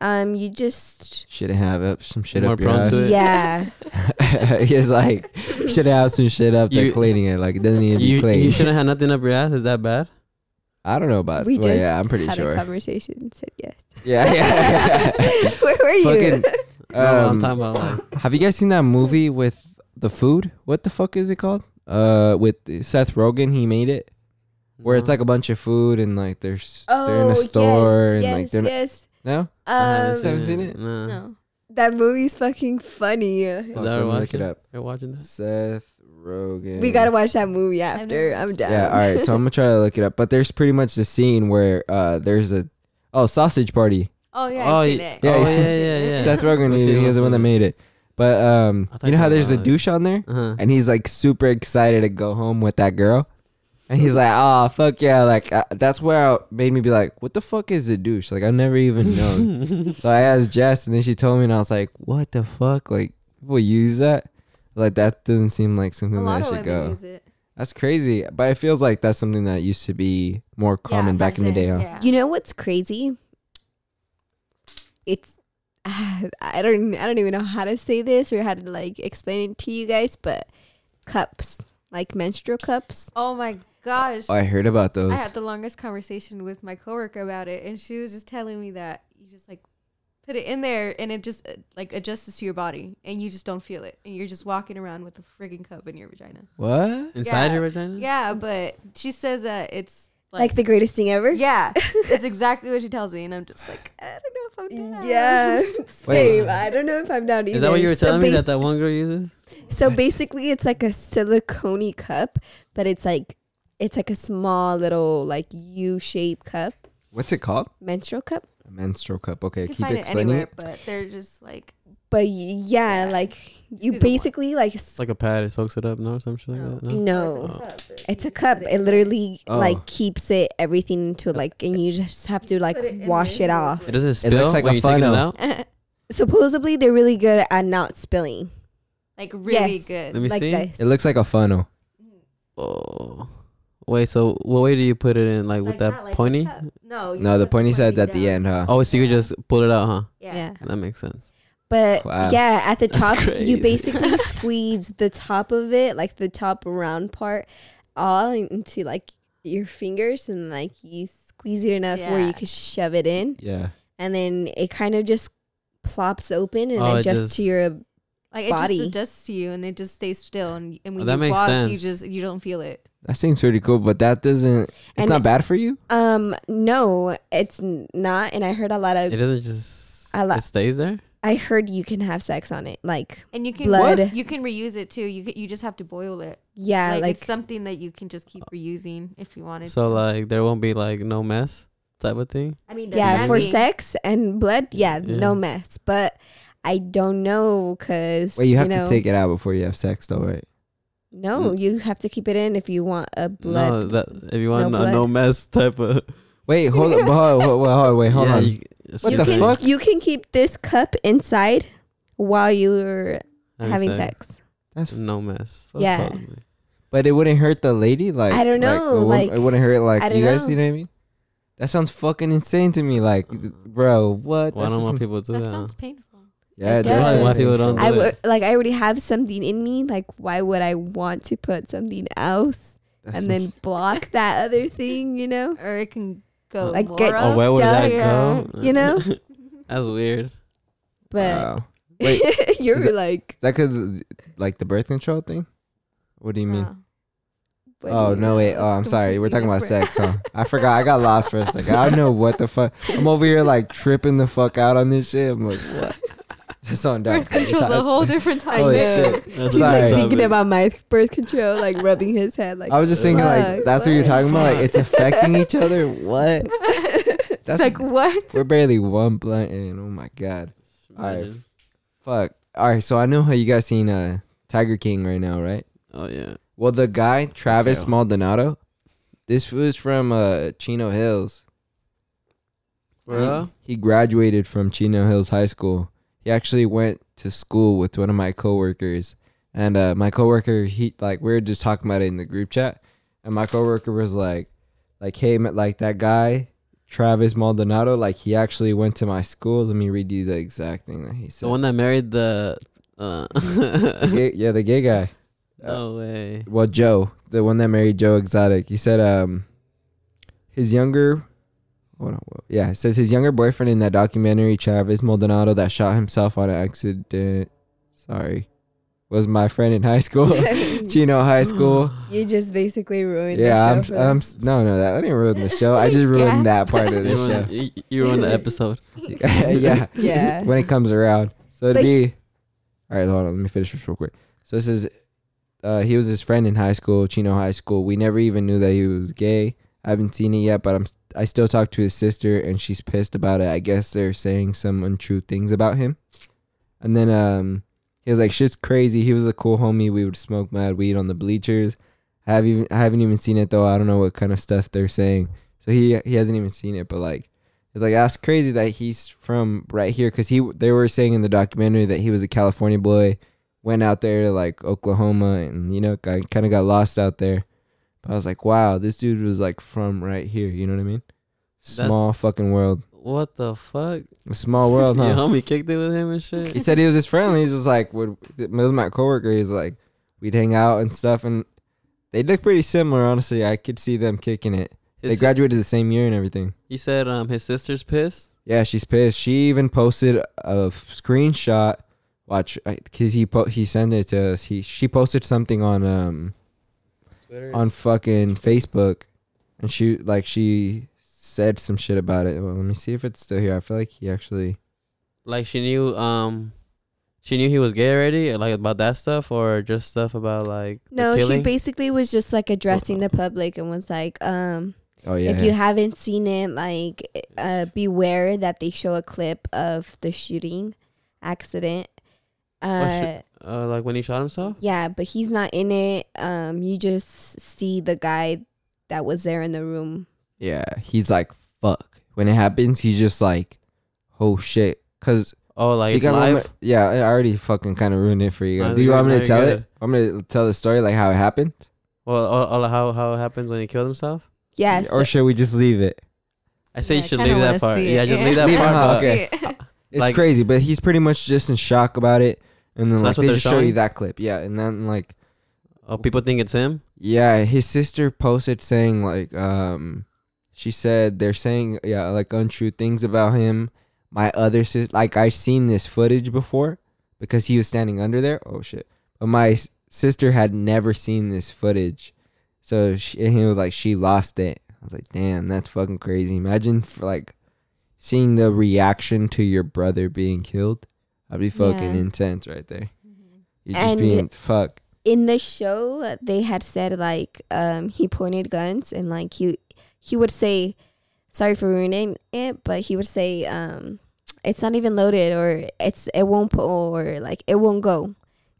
[SPEAKER 1] um, you just
[SPEAKER 2] should have up some shit
[SPEAKER 3] More
[SPEAKER 2] up your
[SPEAKER 3] prone
[SPEAKER 2] ass.
[SPEAKER 3] to it.
[SPEAKER 1] yeah.
[SPEAKER 2] He's like, should have some shit up there
[SPEAKER 3] You-
[SPEAKER 2] cleaning it. Like, it doesn't need to be
[SPEAKER 3] You,
[SPEAKER 2] clean.
[SPEAKER 3] you shouldn't have nothing up your ass. Is that bad?
[SPEAKER 2] I don't know about
[SPEAKER 1] we
[SPEAKER 2] well,
[SPEAKER 1] just
[SPEAKER 2] Yeah, I'm pretty
[SPEAKER 1] had
[SPEAKER 2] sure.
[SPEAKER 1] a conversation and said yes.
[SPEAKER 2] yeah, yeah.
[SPEAKER 1] Where were you?
[SPEAKER 2] Fucking,
[SPEAKER 3] no, I'm
[SPEAKER 2] um,
[SPEAKER 3] talking about like
[SPEAKER 2] have you guys seen that movie with the food? What the fuck is it called? Uh, with Seth Rogen, he made it. Where it's
[SPEAKER 3] No.
[SPEAKER 2] like a bunch of food and like there's they're in a store and like they're
[SPEAKER 1] Oh, yes.
[SPEAKER 2] no.
[SPEAKER 3] I
[SPEAKER 1] Um,
[SPEAKER 2] Haven't seen it?
[SPEAKER 3] No.
[SPEAKER 4] No.
[SPEAKER 1] that movie's fucking funny.
[SPEAKER 2] Fuck, let me
[SPEAKER 3] that right,
[SPEAKER 2] look it
[SPEAKER 3] Washington?
[SPEAKER 2] up.
[SPEAKER 3] You're watching this.
[SPEAKER 2] Seth Rogen.
[SPEAKER 1] We gotta watch that movie after.
[SPEAKER 4] never
[SPEAKER 1] I'm
[SPEAKER 4] watched
[SPEAKER 1] done.
[SPEAKER 2] Yeah, all right. So I'm gonna try to look it up. But there's pretty much the scene where uh, there's a oh sausage party.
[SPEAKER 4] Oh yeah,
[SPEAKER 3] Oh,
[SPEAKER 4] I've seen
[SPEAKER 3] y-
[SPEAKER 4] it.
[SPEAKER 2] yeah,
[SPEAKER 4] oh,
[SPEAKER 2] you see-
[SPEAKER 3] Yeah.
[SPEAKER 2] Seth Rogen,
[SPEAKER 3] We've
[SPEAKER 2] he,
[SPEAKER 3] seen
[SPEAKER 2] he
[SPEAKER 3] it,
[SPEAKER 2] was the one
[SPEAKER 3] we've
[SPEAKER 2] that
[SPEAKER 3] seen
[SPEAKER 2] made it. But um,
[SPEAKER 3] I thought
[SPEAKER 2] you know how
[SPEAKER 3] you were
[SPEAKER 2] there's a
[SPEAKER 3] lying.
[SPEAKER 2] douche on there,
[SPEAKER 3] Uh-huh.
[SPEAKER 2] and he's like super excited to go home with that girl, and he's like, "Oh fuck yeah!" Like uh, that's where I, made me be like, "What the fuck is a douche?" Like I never even known. so I asked Jess, and then she told me, and I was like, "What the fuck? Like people use that? Like that doesn't seem like
[SPEAKER 4] A
[SPEAKER 2] something that
[SPEAKER 4] lot of
[SPEAKER 2] should
[SPEAKER 4] women
[SPEAKER 2] go."
[SPEAKER 4] use it.
[SPEAKER 2] That's crazy. But it feels like that's something that used to be more common back, in the day. huh?
[SPEAKER 1] You know what's crazy? It's I don't I don't even know how to say this or how to like explain it to you guys, but cups, like menstrual cups.
[SPEAKER 4] oh my gosh.
[SPEAKER 2] Oh, I heard about those.
[SPEAKER 4] I had the longest conversation with my coworker about it, and she was just telling me that you just like put it in there, and it just uh, like adjusts to your body, and you just don't feel it, and you're just walking around with a friggin' cup in your vagina.
[SPEAKER 1] Mm-hmm.
[SPEAKER 2] what?
[SPEAKER 3] Inside
[SPEAKER 4] Yeah.
[SPEAKER 3] your vagina?
[SPEAKER 4] Yeah, but she says that it's
[SPEAKER 1] Like, the greatest thing ever.
[SPEAKER 4] yeah, it's exactly what she tells me, and I'm just like I don't know if I'm down.
[SPEAKER 1] Yeah, same. I don't know if I'm down either.
[SPEAKER 3] Is that what you were
[SPEAKER 1] So
[SPEAKER 3] telling me
[SPEAKER 1] bas-
[SPEAKER 3] that that one girl uses?
[SPEAKER 1] So basically, it's like a silicone cup, but it's like it's like a small little like U-shaped cup,
[SPEAKER 2] What's it called?
[SPEAKER 1] menstrual cup.
[SPEAKER 2] A menstrual cup. Okay,
[SPEAKER 4] You can
[SPEAKER 2] keep
[SPEAKER 4] find it
[SPEAKER 2] explaining
[SPEAKER 4] anywhere,
[SPEAKER 2] it.
[SPEAKER 4] but they're just like
[SPEAKER 1] But y- yeah,
[SPEAKER 4] Yeah.
[SPEAKER 1] like
[SPEAKER 4] These are
[SPEAKER 1] you
[SPEAKER 4] the
[SPEAKER 1] basically like
[SPEAKER 3] It's like a pad. It soaks it up, no, or some shit like
[SPEAKER 4] No.
[SPEAKER 3] that. No?
[SPEAKER 1] no.
[SPEAKER 4] cup that
[SPEAKER 1] It's
[SPEAKER 4] you
[SPEAKER 1] a cup.
[SPEAKER 4] put
[SPEAKER 1] It literally
[SPEAKER 2] Oh.
[SPEAKER 1] like keeps it everything into like, and you just have to like
[SPEAKER 4] Put it in
[SPEAKER 1] wash it
[SPEAKER 4] there.
[SPEAKER 1] off.
[SPEAKER 3] It doesn't spill
[SPEAKER 2] looks like
[SPEAKER 3] when
[SPEAKER 2] a
[SPEAKER 3] you're taking it
[SPEAKER 2] funnel.
[SPEAKER 3] out.
[SPEAKER 4] in.
[SPEAKER 1] Supposedly, they're really good at not spilling
[SPEAKER 4] like really
[SPEAKER 1] Yes.
[SPEAKER 3] Let
[SPEAKER 4] good. Mm-hmm.
[SPEAKER 3] me
[SPEAKER 1] like
[SPEAKER 3] see.
[SPEAKER 1] this.
[SPEAKER 2] It looks like a funnel.
[SPEAKER 3] Oh. Wait, so what way do you put it in? Like with
[SPEAKER 4] Like,
[SPEAKER 3] that
[SPEAKER 4] not like a
[SPEAKER 3] pointy?
[SPEAKER 4] cup.
[SPEAKER 1] Oh,
[SPEAKER 4] No, you
[SPEAKER 2] No, the
[SPEAKER 4] put
[SPEAKER 2] pointy side's at the
[SPEAKER 4] down.
[SPEAKER 2] end, huh?
[SPEAKER 3] Oh, so you could just pull it out, huh?
[SPEAKER 1] yeah.
[SPEAKER 3] That makes sense.
[SPEAKER 1] but
[SPEAKER 2] Wow.
[SPEAKER 1] yeah, at the
[SPEAKER 3] That's
[SPEAKER 1] top,
[SPEAKER 3] crazy.
[SPEAKER 1] you basically squeeze the top of it, like the top round part, all into like your fingers, and like you squeeze it enough where
[SPEAKER 4] Yeah.
[SPEAKER 1] you could shove it in,
[SPEAKER 2] Yeah.
[SPEAKER 1] and then it kind of just plops open and
[SPEAKER 3] Oh, it
[SPEAKER 1] adjusts
[SPEAKER 3] just-
[SPEAKER 1] to your
[SPEAKER 4] like it
[SPEAKER 1] body.
[SPEAKER 4] just adjusts to you and it just stays still and, and when
[SPEAKER 3] Oh, that
[SPEAKER 4] you
[SPEAKER 3] makes
[SPEAKER 4] walk you
[SPEAKER 3] sense.
[SPEAKER 4] just you don't feel it
[SPEAKER 2] That seems pretty cool, but that doesn't it's
[SPEAKER 1] And
[SPEAKER 2] not
[SPEAKER 1] it-
[SPEAKER 2] bad for you?
[SPEAKER 1] um. No, it's n- not, and I heard a lot of
[SPEAKER 3] It doesn't just.
[SPEAKER 1] I li-
[SPEAKER 3] it stays there.
[SPEAKER 1] I heard you can have sex on it. Like,
[SPEAKER 4] and you can
[SPEAKER 1] Blood.
[SPEAKER 4] you can reuse it too you ca- you just have to boil it
[SPEAKER 1] yeah,
[SPEAKER 4] like,
[SPEAKER 1] like,
[SPEAKER 4] it's something that you can just keep reusing if you wanted
[SPEAKER 3] So
[SPEAKER 4] to.
[SPEAKER 3] like there won't be like no mess type of thing.
[SPEAKER 4] i mean there
[SPEAKER 1] yeah,
[SPEAKER 4] can
[SPEAKER 1] for
[SPEAKER 4] be.
[SPEAKER 1] sex and blood, yeah, no
[SPEAKER 3] Yeah.
[SPEAKER 1] mess. But I don't know because
[SPEAKER 2] Wait, you have
[SPEAKER 1] know,
[SPEAKER 2] to take it out before you have sex though, right?
[SPEAKER 1] No,
[SPEAKER 2] Mm.
[SPEAKER 1] you have to keep it in if you want a
[SPEAKER 3] No,
[SPEAKER 1] blood.
[SPEAKER 3] that if you want
[SPEAKER 1] No
[SPEAKER 3] a no mess type of.
[SPEAKER 2] Wait, hold up, hold, hold, hold, hold, wait, hold
[SPEAKER 3] Yeah,
[SPEAKER 2] on.
[SPEAKER 3] you- it's
[SPEAKER 2] What
[SPEAKER 1] you
[SPEAKER 2] the
[SPEAKER 1] can
[SPEAKER 3] ridiculous.
[SPEAKER 2] fuck?
[SPEAKER 1] you can keep this cup inside while you're
[SPEAKER 3] Having
[SPEAKER 1] having
[SPEAKER 3] sex.
[SPEAKER 1] sex.
[SPEAKER 2] That's
[SPEAKER 3] No mess. Fuck
[SPEAKER 1] Yeah.
[SPEAKER 3] all of it.
[SPEAKER 2] but it wouldn't hurt the lady like
[SPEAKER 1] I don't
[SPEAKER 2] like, a
[SPEAKER 1] know,
[SPEAKER 2] wom-
[SPEAKER 1] like,
[SPEAKER 2] it wouldn't hurt like
[SPEAKER 1] I don't
[SPEAKER 2] you guys
[SPEAKER 1] know.
[SPEAKER 2] see what I mean? That sounds fucking insane to me like bro, what?
[SPEAKER 3] Why
[SPEAKER 2] That's
[SPEAKER 3] don't
[SPEAKER 2] just-
[SPEAKER 3] more people do
[SPEAKER 4] that
[SPEAKER 3] that?
[SPEAKER 4] sounds painful
[SPEAKER 2] Yeah,
[SPEAKER 1] It
[SPEAKER 2] it does.
[SPEAKER 1] does.
[SPEAKER 2] sound
[SPEAKER 1] Why
[SPEAKER 2] pretty
[SPEAKER 3] people don't
[SPEAKER 2] cool.
[SPEAKER 3] do
[SPEAKER 1] I
[SPEAKER 3] it?
[SPEAKER 1] would like I already have something in me. Like, why would I want to put something else
[SPEAKER 2] That
[SPEAKER 1] and
[SPEAKER 2] sounds-
[SPEAKER 1] then block that other thing? You know.
[SPEAKER 4] or it can go
[SPEAKER 1] Like,
[SPEAKER 4] more
[SPEAKER 1] get-
[SPEAKER 4] up.
[SPEAKER 3] oh, where would that
[SPEAKER 1] yeah,
[SPEAKER 3] go?
[SPEAKER 1] you know?
[SPEAKER 3] That's weird.
[SPEAKER 1] But
[SPEAKER 2] Wow. Uh, Wait, is
[SPEAKER 1] you
[SPEAKER 2] is
[SPEAKER 1] were like,
[SPEAKER 2] that cause like the birth control thing? What do you mean?
[SPEAKER 4] Uh,
[SPEAKER 1] what do
[SPEAKER 2] oh
[SPEAKER 1] you
[SPEAKER 2] no
[SPEAKER 1] know?
[SPEAKER 2] wait oh
[SPEAKER 1] It's
[SPEAKER 2] i'm sorry we're
[SPEAKER 4] completely
[SPEAKER 2] talking about
[SPEAKER 4] different.
[SPEAKER 2] sex huh i forgot i got lost for a second i don't know what the fuck i'm over here like tripping the fuck out on this shit i'm like what this on dark
[SPEAKER 4] birth control's a whole different
[SPEAKER 3] Oh,
[SPEAKER 4] topic
[SPEAKER 2] Holy shit.
[SPEAKER 3] That's
[SPEAKER 1] He's like
[SPEAKER 2] Sorry.
[SPEAKER 1] thinking about my birth control, like rubbing his head, like
[SPEAKER 2] i was just thinking like
[SPEAKER 1] Fuck,
[SPEAKER 2] that's what you're
[SPEAKER 1] what?
[SPEAKER 2] talking about like it's affecting each other what
[SPEAKER 4] it's
[SPEAKER 2] that's
[SPEAKER 4] like what
[SPEAKER 2] we're barely one blunt in oh my god All right. fuck all right so i know how you guys seen uh tiger king right now right
[SPEAKER 3] Oh yeah.
[SPEAKER 2] well the guy travis
[SPEAKER 3] Okay.
[SPEAKER 2] maldonado this was from uh chino hills
[SPEAKER 3] Bro.
[SPEAKER 2] He graduated from Chino Hills High School. He actually went to school with one of my coworkers, and uh, my coworker, he like we were just talking about it in the group chat, and my coworker was like, like hey, ma- like that guy Travis Maldonado, like he actually went to my school. Let me read you the exact thing that he said.
[SPEAKER 3] The one that married the. Uh,
[SPEAKER 2] The gay- yeah, the gay guy.
[SPEAKER 3] no way.
[SPEAKER 2] well joe the one that married joe exotic he said um his younger hold on, whoa. yeah it says his younger boyfriend in that documentary travis maldonado that shot himself on accident sorry was my friend in high school chino high school
[SPEAKER 1] you just basically ruined.
[SPEAKER 2] yeah
[SPEAKER 1] the
[SPEAKER 2] i'm,
[SPEAKER 1] show for
[SPEAKER 2] I'm
[SPEAKER 1] him.
[SPEAKER 2] s- no no that I didn't ruin the show i just ruined that part of the
[SPEAKER 3] You
[SPEAKER 2] show
[SPEAKER 3] ruined, you, you ruined the episode.
[SPEAKER 2] yeah
[SPEAKER 1] yeah.
[SPEAKER 2] when it comes around. So it'd
[SPEAKER 1] But
[SPEAKER 2] be. All right, hold on. Let me finish this real quick. So this is. Uh, he was his friend in high school, Chino High School. We never even knew that he was gay. I haven't seen it yet, but I'm I still talk to his sister, and she's pissed about it. I guess they're saying some untrue things about him. And then um, he was like, "Shit's crazy." He was a cool homie. We would smoke mad weed on the bleachers. I have even I haven't even seen it though. I don't know what kind of stuff they're saying. So he he hasn't even seen it, but like it's like that's crazy that he's from right here because he they were saying in the documentary that he was a California boy, went out there to like Oklahoma and you know I kind of got lost out there. But I was like, wow, this dude was like from right here. You know what I mean? Small fucking world.
[SPEAKER 3] What the fuck?
[SPEAKER 2] A small world,
[SPEAKER 3] Your
[SPEAKER 2] huh?
[SPEAKER 3] homie kicked it with him and shit.
[SPEAKER 2] he said he was his friend. He's just like, would it was my coworker. He's like, we'd hang out and stuff, and they look pretty similar. Honestly, I could see them kicking it. They
[SPEAKER 3] His-
[SPEAKER 2] graduated the same year and everything.
[SPEAKER 3] he said um his sister's pissed.
[SPEAKER 2] Yeah, she's pissed. She even posted a screenshot. Watch, I- cause he po- he sent it to us. He she posted something on um on fucking Facebook, and she like she said some shit about it. Well, let me see if it's still here. I feel like he actually.
[SPEAKER 3] like she knew um she knew he was gay already, like about that stuff or just stuff about like the
[SPEAKER 1] No, she
[SPEAKER 3] killing? Oh.
[SPEAKER 1] basically was just like addressing the public and was like, um,
[SPEAKER 2] Oh yeah.
[SPEAKER 1] if you haven't seen it, like, uh, beware that they show a clip of the shooting accident.
[SPEAKER 3] Oh,
[SPEAKER 1] Uh,
[SPEAKER 3] shoot. uh, like when he shot himself.
[SPEAKER 1] yeah, but he's not in it. Um, you just see the guy that was there in the room.
[SPEAKER 2] yeah, he's like fuck. When it happens, he's just like, oh shit, cause
[SPEAKER 3] Oh, like it's
[SPEAKER 2] Because I'm-
[SPEAKER 3] live.
[SPEAKER 2] yeah, I already fucking kind of ruined it for you
[SPEAKER 3] No,
[SPEAKER 2] guys.
[SPEAKER 3] I
[SPEAKER 2] Do you
[SPEAKER 3] think
[SPEAKER 2] want me
[SPEAKER 3] you're
[SPEAKER 2] to tell
[SPEAKER 3] very
[SPEAKER 2] it?
[SPEAKER 3] good.
[SPEAKER 2] I'm gonna tell the story like how it happened,
[SPEAKER 3] Well, or, or how how it happens when he killed himself.
[SPEAKER 1] Yeah.
[SPEAKER 2] or should we just leave it?
[SPEAKER 3] I say
[SPEAKER 4] Yeah,
[SPEAKER 3] you
[SPEAKER 4] I
[SPEAKER 3] should
[SPEAKER 4] kinda
[SPEAKER 3] leave
[SPEAKER 4] wanna
[SPEAKER 3] that part.
[SPEAKER 4] see it,
[SPEAKER 3] Yeah, just
[SPEAKER 4] yeah.
[SPEAKER 3] leave that
[SPEAKER 2] Leave it,
[SPEAKER 3] part.
[SPEAKER 2] huh?
[SPEAKER 3] but-
[SPEAKER 2] Okay. It's
[SPEAKER 3] Like-
[SPEAKER 2] crazy, but he's pretty much just in shock about it. And then
[SPEAKER 3] So
[SPEAKER 2] like
[SPEAKER 3] that's what
[SPEAKER 2] they
[SPEAKER 3] they're
[SPEAKER 2] just show you
[SPEAKER 3] showing?
[SPEAKER 2] that clip, yeah. And then like
[SPEAKER 3] Oh, people think it's him.
[SPEAKER 2] yeah, his sister posted saying like um, she said they're saying yeah like untrue things about him. My other sister, like I've seen this footage before because he was standing under there. Oh shit! But my s- sister had never seen this footage, so she, and he was like she lost it. I was like, damn, that's fucking crazy. Imagine for, like seeing the reaction to your brother being killed. I'd be fucking
[SPEAKER 1] Yeah. Mm-hmm.
[SPEAKER 2] intense right there. You'd just
[SPEAKER 1] And-
[SPEAKER 2] be in fuck.
[SPEAKER 1] in the show they had said like um he pointed guns and like he he would say sorry for ruining it but he would say um it's not even loaded or it's it won't pull or like it won't go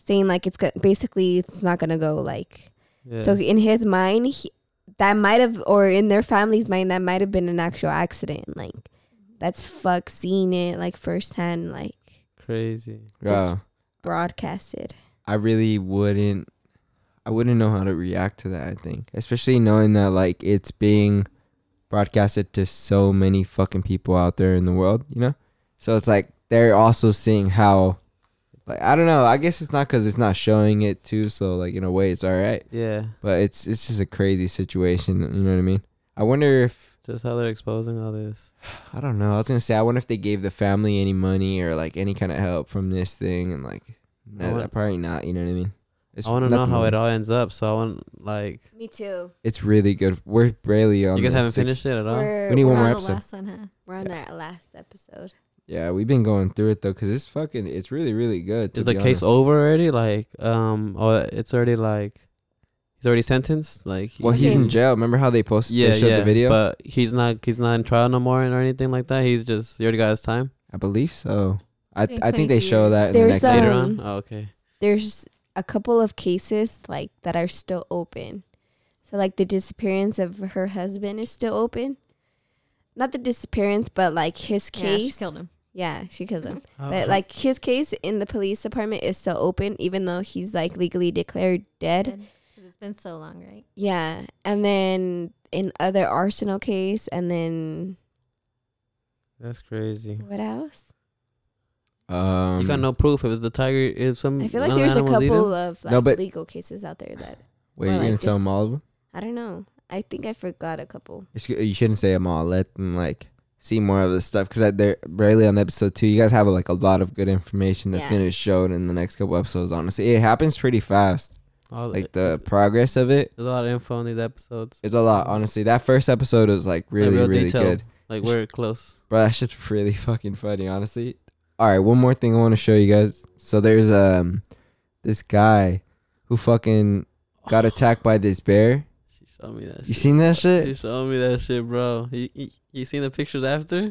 [SPEAKER 1] saying like it's go- basically it's not gonna go like
[SPEAKER 3] Yeah.
[SPEAKER 1] so in his mind he, that might have or in their family's mind that might have been an actual accident like that's fuck seeing it like firsthand like
[SPEAKER 3] crazy.
[SPEAKER 1] just-
[SPEAKER 2] Wow.
[SPEAKER 1] broadcasted
[SPEAKER 2] I really wouldn't I wouldn't know how to react to that, I think. Especially knowing that like it's being broadcasted to so many fucking people out there in the world, you know? So it's like they're also seeing how like I don't know, I guess it's not cuz it's not showing it too, so like in a way it's all right,
[SPEAKER 3] Yeah,
[SPEAKER 2] but it's it's just a crazy situation, you know what I mean? I wonder if
[SPEAKER 3] just how they're exposing all this.
[SPEAKER 2] I don't know. I was going to say I wonder if they gave the family any money or like any kind of help from this thing and like
[SPEAKER 3] I
[SPEAKER 2] no,
[SPEAKER 3] wan-
[SPEAKER 2] probably not, you know what I mean? It's
[SPEAKER 3] I want to know
[SPEAKER 2] nothing
[SPEAKER 3] how
[SPEAKER 2] really-
[SPEAKER 3] it all ends up. So I want like
[SPEAKER 1] me too
[SPEAKER 2] It's really good. We're barely on.
[SPEAKER 3] you guys
[SPEAKER 2] the
[SPEAKER 3] haven't
[SPEAKER 2] sixth-
[SPEAKER 3] finished it at all.
[SPEAKER 1] We're-
[SPEAKER 2] We need
[SPEAKER 1] we're
[SPEAKER 2] one
[SPEAKER 1] on
[SPEAKER 2] more
[SPEAKER 1] the
[SPEAKER 2] episode.
[SPEAKER 4] last one, huh?
[SPEAKER 1] We're on our last episode.
[SPEAKER 2] Yeah, we've been going through it though, cause it's fucking. It's really, really good. to
[SPEAKER 3] Is the
[SPEAKER 2] be
[SPEAKER 3] case
[SPEAKER 2] honest.
[SPEAKER 3] over already? Like um, or it's already like he's already sentenced. Like
[SPEAKER 2] Well, he's
[SPEAKER 1] Okay.
[SPEAKER 2] in jail. Remember how they posted?
[SPEAKER 3] yeah,
[SPEAKER 2] they showed
[SPEAKER 3] yeah.
[SPEAKER 2] the video.
[SPEAKER 3] But he's not he's not in trial no more and or anything like that. He's just he already got his time
[SPEAKER 2] I believe so. I
[SPEAKER 4] Doing
[SPEAKER 2] I think they
[SPEAKER 4] 22
[SPEAKER 2] show that in the
[SPEAKER 1] There's
[SPEAKER 2] next.
[SPEAKER 1] the-
[SPEAKER 2] video.
[SPEAKER 3] later
[SPEAKER 1] Um,
[SPEAKER 3] on. Oh, okay.
[SPEAKER 1] There's a couple of cases like that are still open. So like the disappearance of her husband is still open. Not the disappearance, but like his
[SPEAKER 4] Yeah,
[SPEAKER 1] case.
[SPEAKER 4] she killed him.
[SPEAKER 1] Yeah, she killed him.
[SPEAKER 2] Oh,
[SPEAKER 1] But like his case in the police department is still open, even though he's like legally declared dead.
[SPEAKER 4] Because it's been so long, right?
[SPEAKER 1] Yeah, and then in other arsenal case, and then
[SPEAKER 3] that's crazy.
[SPEAKER 1] what else?
[SPEAKER 2] um,
[SPEAKER 3] you got no proof if the tiger if some.
[SPEAKER 1] I feel like
[SPEAKER 3] an
[SPEAKER 1] there's a
[SPEAKER 3] animal's eating-
[SPEAKER 1] couple of like
[SPEAKER 2] No, but-
[SPEAKER 1] legal cases out there that
[SPEAKER 2] Wait,
[SPEAKER 1] Or,
[SPEAKER 2] you're
[SPEAKER 1] like,
[SPEAKER 2] gonna tell
[SPEAKER 1] just-
[SPEAKER 2] them all of them?
[SPEAKER 1] I don't know. I think I forgot a couple.
[SPEAKER 2] You sh- You shouldn't say them all. Let them like see more of the stuff, cause I, they're barely on episode two. You guys have like a lot of good information that's
[SPEAKER 1] Yeah.
[SPEAKER 2] gonna be shown in the next couple episodes. Honestly, it happens pretty fast.
[SPEAKER 3] all-
[SPEAKER 2] Like the progress of it
[SPEAKER 3] There's a lot of info in these episodes.
[SPEAKER 2] is a lot. Honestly, that first episode was like really,
[SPEAKER 3] real
[SPEAKER 2] really
[SPEAKER 3] detailed.
[SPEAKER 2] good.
[SPEAKER 3] Like
[SPEAKER 2] Sh-
[SPEAKER 3] we're close.
[SPEAKER 2] Bro, that shit's really fucking funny, honestly. All right, one more thing I want to show you guys. So there's um this guy who fucking got attacked by this bear.
[SPEAKER 3] She showed me that.
[SPEAKER 2] You
[SPEAKER 3] shit.
[SPEAKER 2] seen that
[SPEAKER 3] She
[SPEAKER 2] shit?
[SPEAKER 3] showed me that shit, bro. You, you, you seen the pictures after?
[SPEAKER 1] Mm-hmm.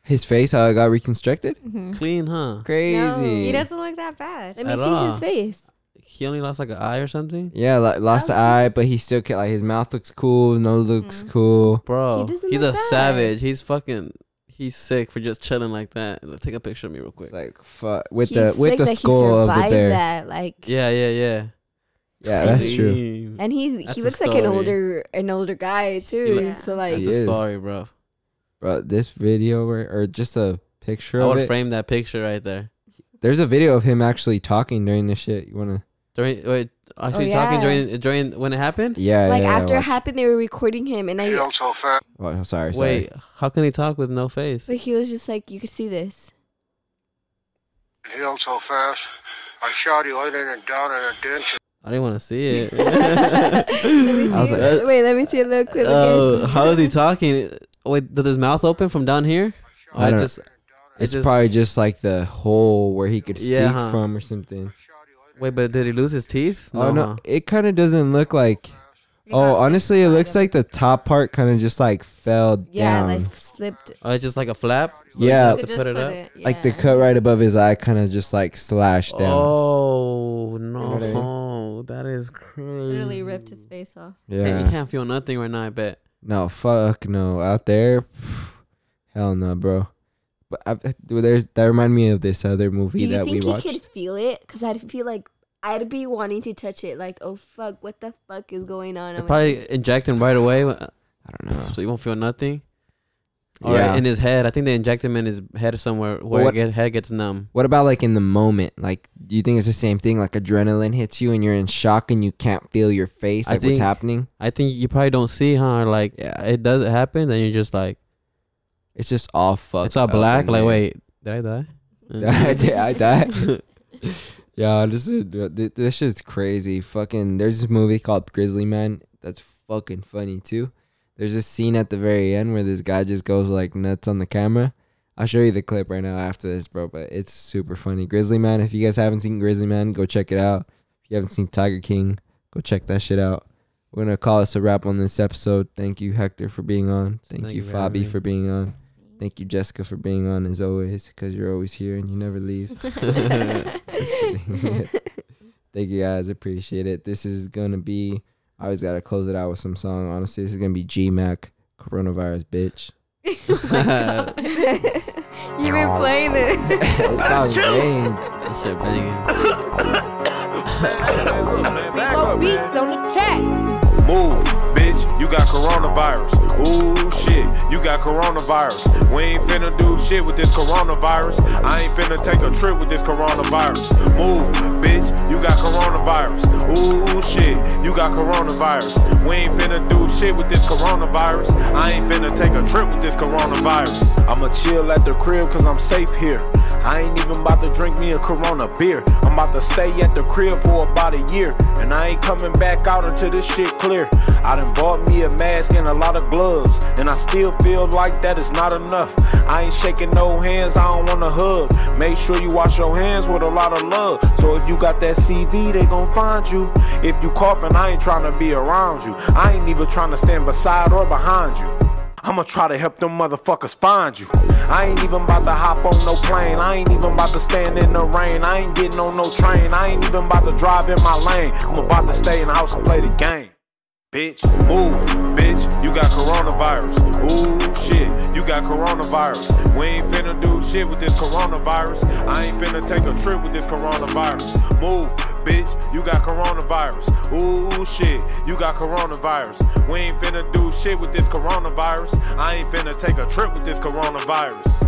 [SPEAKER 2] His face, how it got reconstructed?
[SPEAKER 4] Mm-hmm.
[SPEAKER 3] Clean, huh?
[SPEAKER 2] Crazy.
[SPEAKER 4] He doesn't look that bad.
[SPEAKER 1] Let me
[SPEAKER 3] At
[SPEAKER 1] see his
[SPEAKER 3] all.
[SPEAKER 1] face.
[SPEAKER 3] He only lost like an eye or something,
[SPEAKER 2] yeah, like, lost the
[SPEAKER 1] Okay.
[SPEAKER 2] eye, but he still ca-
[SPEAKER 3] Mm-hmm.
[SPEAKER 2] like his mouth looks cool, nose looks cool.
[SPEAKER 3] bro.
[SPEAKER 1] doesn't
[SPEAKER 3] he's
[SPEAKER 1] look
[SPEAKER 3] a
[SPEAKER 1] bad.
[SPEAKER 3] savage. He's fucking. He's sick for just chilling like that. Let's take a picture of me real quick.
[SPEAKER 2] Like fuck with
[SPEAKER 1] He's
[SPEAKER 2] the with
[SPEAKER 1] sick
[SPEAKER 2] the
[SPEAKER 1] that he
[SPEAKER 2] skull of the
[SPEAKER 1] survived
[SPEAKER 2] bear.
[SPEAKER 1] That, like,
[SPEAKER 3] yeah, yeah, yeah.
[SPEAKER 2] Yeah, that's true.
[SPEAKER 3] Damn.
[SPEAKER 1] and he
[SPEAKER 3] That's
[SPEAKER 1] he
[SPEAKER 3] a
[SPEAKER 1] looks like an
[SPEAKER 3] story.
[SPEAKER 1] older an older guy
[SPEAKER 3] He
[SPEAKER 1] too.
[SPEAKER 4] look-
[SPEAKER 1] So like,
[SPEAKER 3] That's
[SPEAKER 2] He
[SPEAKER 3] a
[SPEAKER 2] is.
[SPEAKER 3] story, bro.
[SPEAKER 2] Bro, this video or, or just a picture
[SPEAKER 3] I
[SPEAKER 2] of
[SPEAKER 3] would
[SPEAKER 2] it.
[SPEAKER 3] frame that picture right there.
[SPEAKER 2] There's a video of him actually talking during this shit. You wanna?
[SPEAKER 3] During wait, actually talking
[SPEAKER 1] Oh, yeah.
[SPEAKER 3] during during when it happened.
[SPEAKER 2] Yeah.
[SPEAKER 1] like
[SPEAKER 2] yeah,
[SPEAKER 1] after it
[SPEAKER 2] watch-
[SPEAKER 1] happened, they were recording him, and I
[SPEAKER 2] Oh, I'm sorry. sorry.
[SPEAKER 3] Wait, how can he talk with no face?
[SPEAKER 1] but he was just like, you could see this.
[SPEAKER 6] healed so fast. I shot you later and down in a ditch.
[SPEAKER 3] I didn't want to see it.
[SPEAKER 1] Let me see
[SPEAKER 2] I was
[SPEAKER 1] it.
[SPEAKER 3] like, uh,
[SPEAKER 1] Wait, let me see a little clip
[SPEAKER 3] Oh,
[SPEAKER 1] again.
[SPEAKER 3] how is he talking? Wait, does his mouth open from down here?
[SPEAKER 2] I
[SPEAKER 3] Or
[SPEAKER 2] don't-
[SPEAKER 3] just it
[SPEAKER 2] It's
[SPEAKER 3] just-
[SPEAKER 2] probably just like the hole where he could speak
[SPEAKER 3] Yeah, huh.
[SPEAKER 2] from or something.
[SPEAKER 3] Wait, but did he lose his teeth?
[SPEAKER 2] oh no,
[SPEAKER 3] huh?
[SPEAKER 2] it kind of doesn't look like. Oh, honestly, it looks like the top part kind of just like fell
[SPEAKER 1] Yeah,
[SPEAKER 2] down.
[SPEAKER 1] like slipped.
[SPEAKER 3] Oh, it's just like a flap. So he
[SPEAKER 2] Yeah.
[SPEAKER 3] has
[SPEAKER 4] So
[SPEAKER 3] to
[SPEAKER 4] just
[SPEAKER 3] put it up.
[SPEAKER 2] Like the
[SPEAKER 4] yeah.
[SPEAKER 2] cut right above his eye kind of just like slashed down.
[SPEAKER 3] Oh
[SPEAKER 2] what I mean?
[SPEAKER 3] no, that is crazy.
[SPEAKER 4] Literally ripped his face off.
[SPEAKER 3] And you
[SPEAKER 2] Yeah.
[SPEAKER 3] can't feel nothing right now. I bet.
[SPEAKER 2] No, fuck no. Out there, hell no, bro. But I, dude, there's that remind me of this other movie
[SPEAKER 1] Do you
[SPEAKER 2] that we
[SPEAKER 1] think he
[SPEAKER 2] watched.
[SPEAKER 1] could feel it? Because I'd feel like I'd be wanting to touch it. Like, oh fuck, what the fuck is going on?
[SPEAKER 3] They
[SPEAKER 1] I'm
[SPEAKER 3] probably inject him right away, uh,
[SPEAKER 2] I don't know.
[SPEAKER 3] so you won't feel nothing. Or
[SPEAKER 2] Yeah.
[SPEAKER 3] in his head. I think they inject him in his head somewhere where
[SPEAKER 2] What-
[SPEAKER 3] his head gets numb.
[SPEAKER 2] What about like in the moment? Like, do you think it's the same thing? Like adrenaline hits you and you're in shock and you can't feel your face,
[SPEAKER 3] I
[SPEAKER 2] like
[SPEAKER 3] think-
[SPEAKER 2] what's happening.
[SPEAKER 3] I think you probably don't see, huh? Or like
[SPEAKER 2] Yeah.
[SPEAKER 3] it does happen, and you're just like
[SPEAKER 2] It's just all fucked.
[SPEAKER 3] it's all
[SPEAKER 2] up
[SPEAKER 3] black.
[SPEAKER 2] in
[SPEAKER 3] Like
[SPEAKER 2] there.
[SPEAKER 3] wait, did I die?
[SPEAKER 2] I did. I died. yeah, this is th- this shit's crazy. Fucking, there's this movie called Grizzly Man that's fucking funny too. There's this scene at the very end where this guy just goes like nuts on the camera. I'll show you the clip right now after this, bro. But it's super funny. Grizzly Man. If you guys haven't seen Grizzly Man, go check it out. If you haven't seen Tiger King, go check that shit out. We're gonna call this a wrap on this episode. Thank you, Hector, for being on. Thank,
[SPEAKER 3] Thank
[SPEAKER 2] you,
[SPEAKER 3] you for having
[SPEAKER 2] Fabi,
[SPEAKER 3] me.
[SPEAKER 2] for being on. Thank you, Jessica, for being on as always, because you're always here and you never leave. Just kidding. Thank you guys, appreciate it. This is gonna be. I always gotta close it out with some song. Honestly, this is gonna be G Mac Coronavirus, bitch.
[SPEAKER 4] You've been playing it.
[SPEAKER 2] This song's lame.
[SPEAKER 3] that shit banging.
[SPEAKER 7] Move, bitch, you got coronavirus. Ooh, shit, you got coronavirus. We ain't finna do shit with this coronavirus. I ain't finna take a trip with this coronavirus. Move, bitch, you got coronavirus. Ooh, shit, you got coronavirus. We ain't finna do shit with this coronavirus. I ain't finna take a trip with this coronavirus. I'ma chill at the crib cause I'm safe here. I ain't even about to drink me a Corona beer. I'm about to stay at the crib for about a year. And I ain't coming back out until this shit clear. I done bought me a mask and a lot of gloves. And I still feel like that is not enough. I ain't shaking no hands, I don't wanna hug. Make sure you wash your hands with a lot of love. So if you got that CV, they gon' find you. If you coughing, I ain't trying to be around you. I ain't even trying to stand beside or behind you. I'ma try to help them motherfuckers find you. I ain't even about to hop on no plane. I ain't even about to stand in the rain. I ain't getting on no train. I ain't even about to drive in my lane. I'm about to stay in the house and play the game. Bitch, move, bitch, you got coronavirus. Ooh, shit, you got coronavirus. We ain't finna do shit with this coronavirus. I ain't finna take a trip with this coronavirus. Move, bitch, you got coronavirus. Ooh, shit, you got coronavirus. We ain't finna do shit with this coronavirus. I ain't finna take a trip with this coronavirus.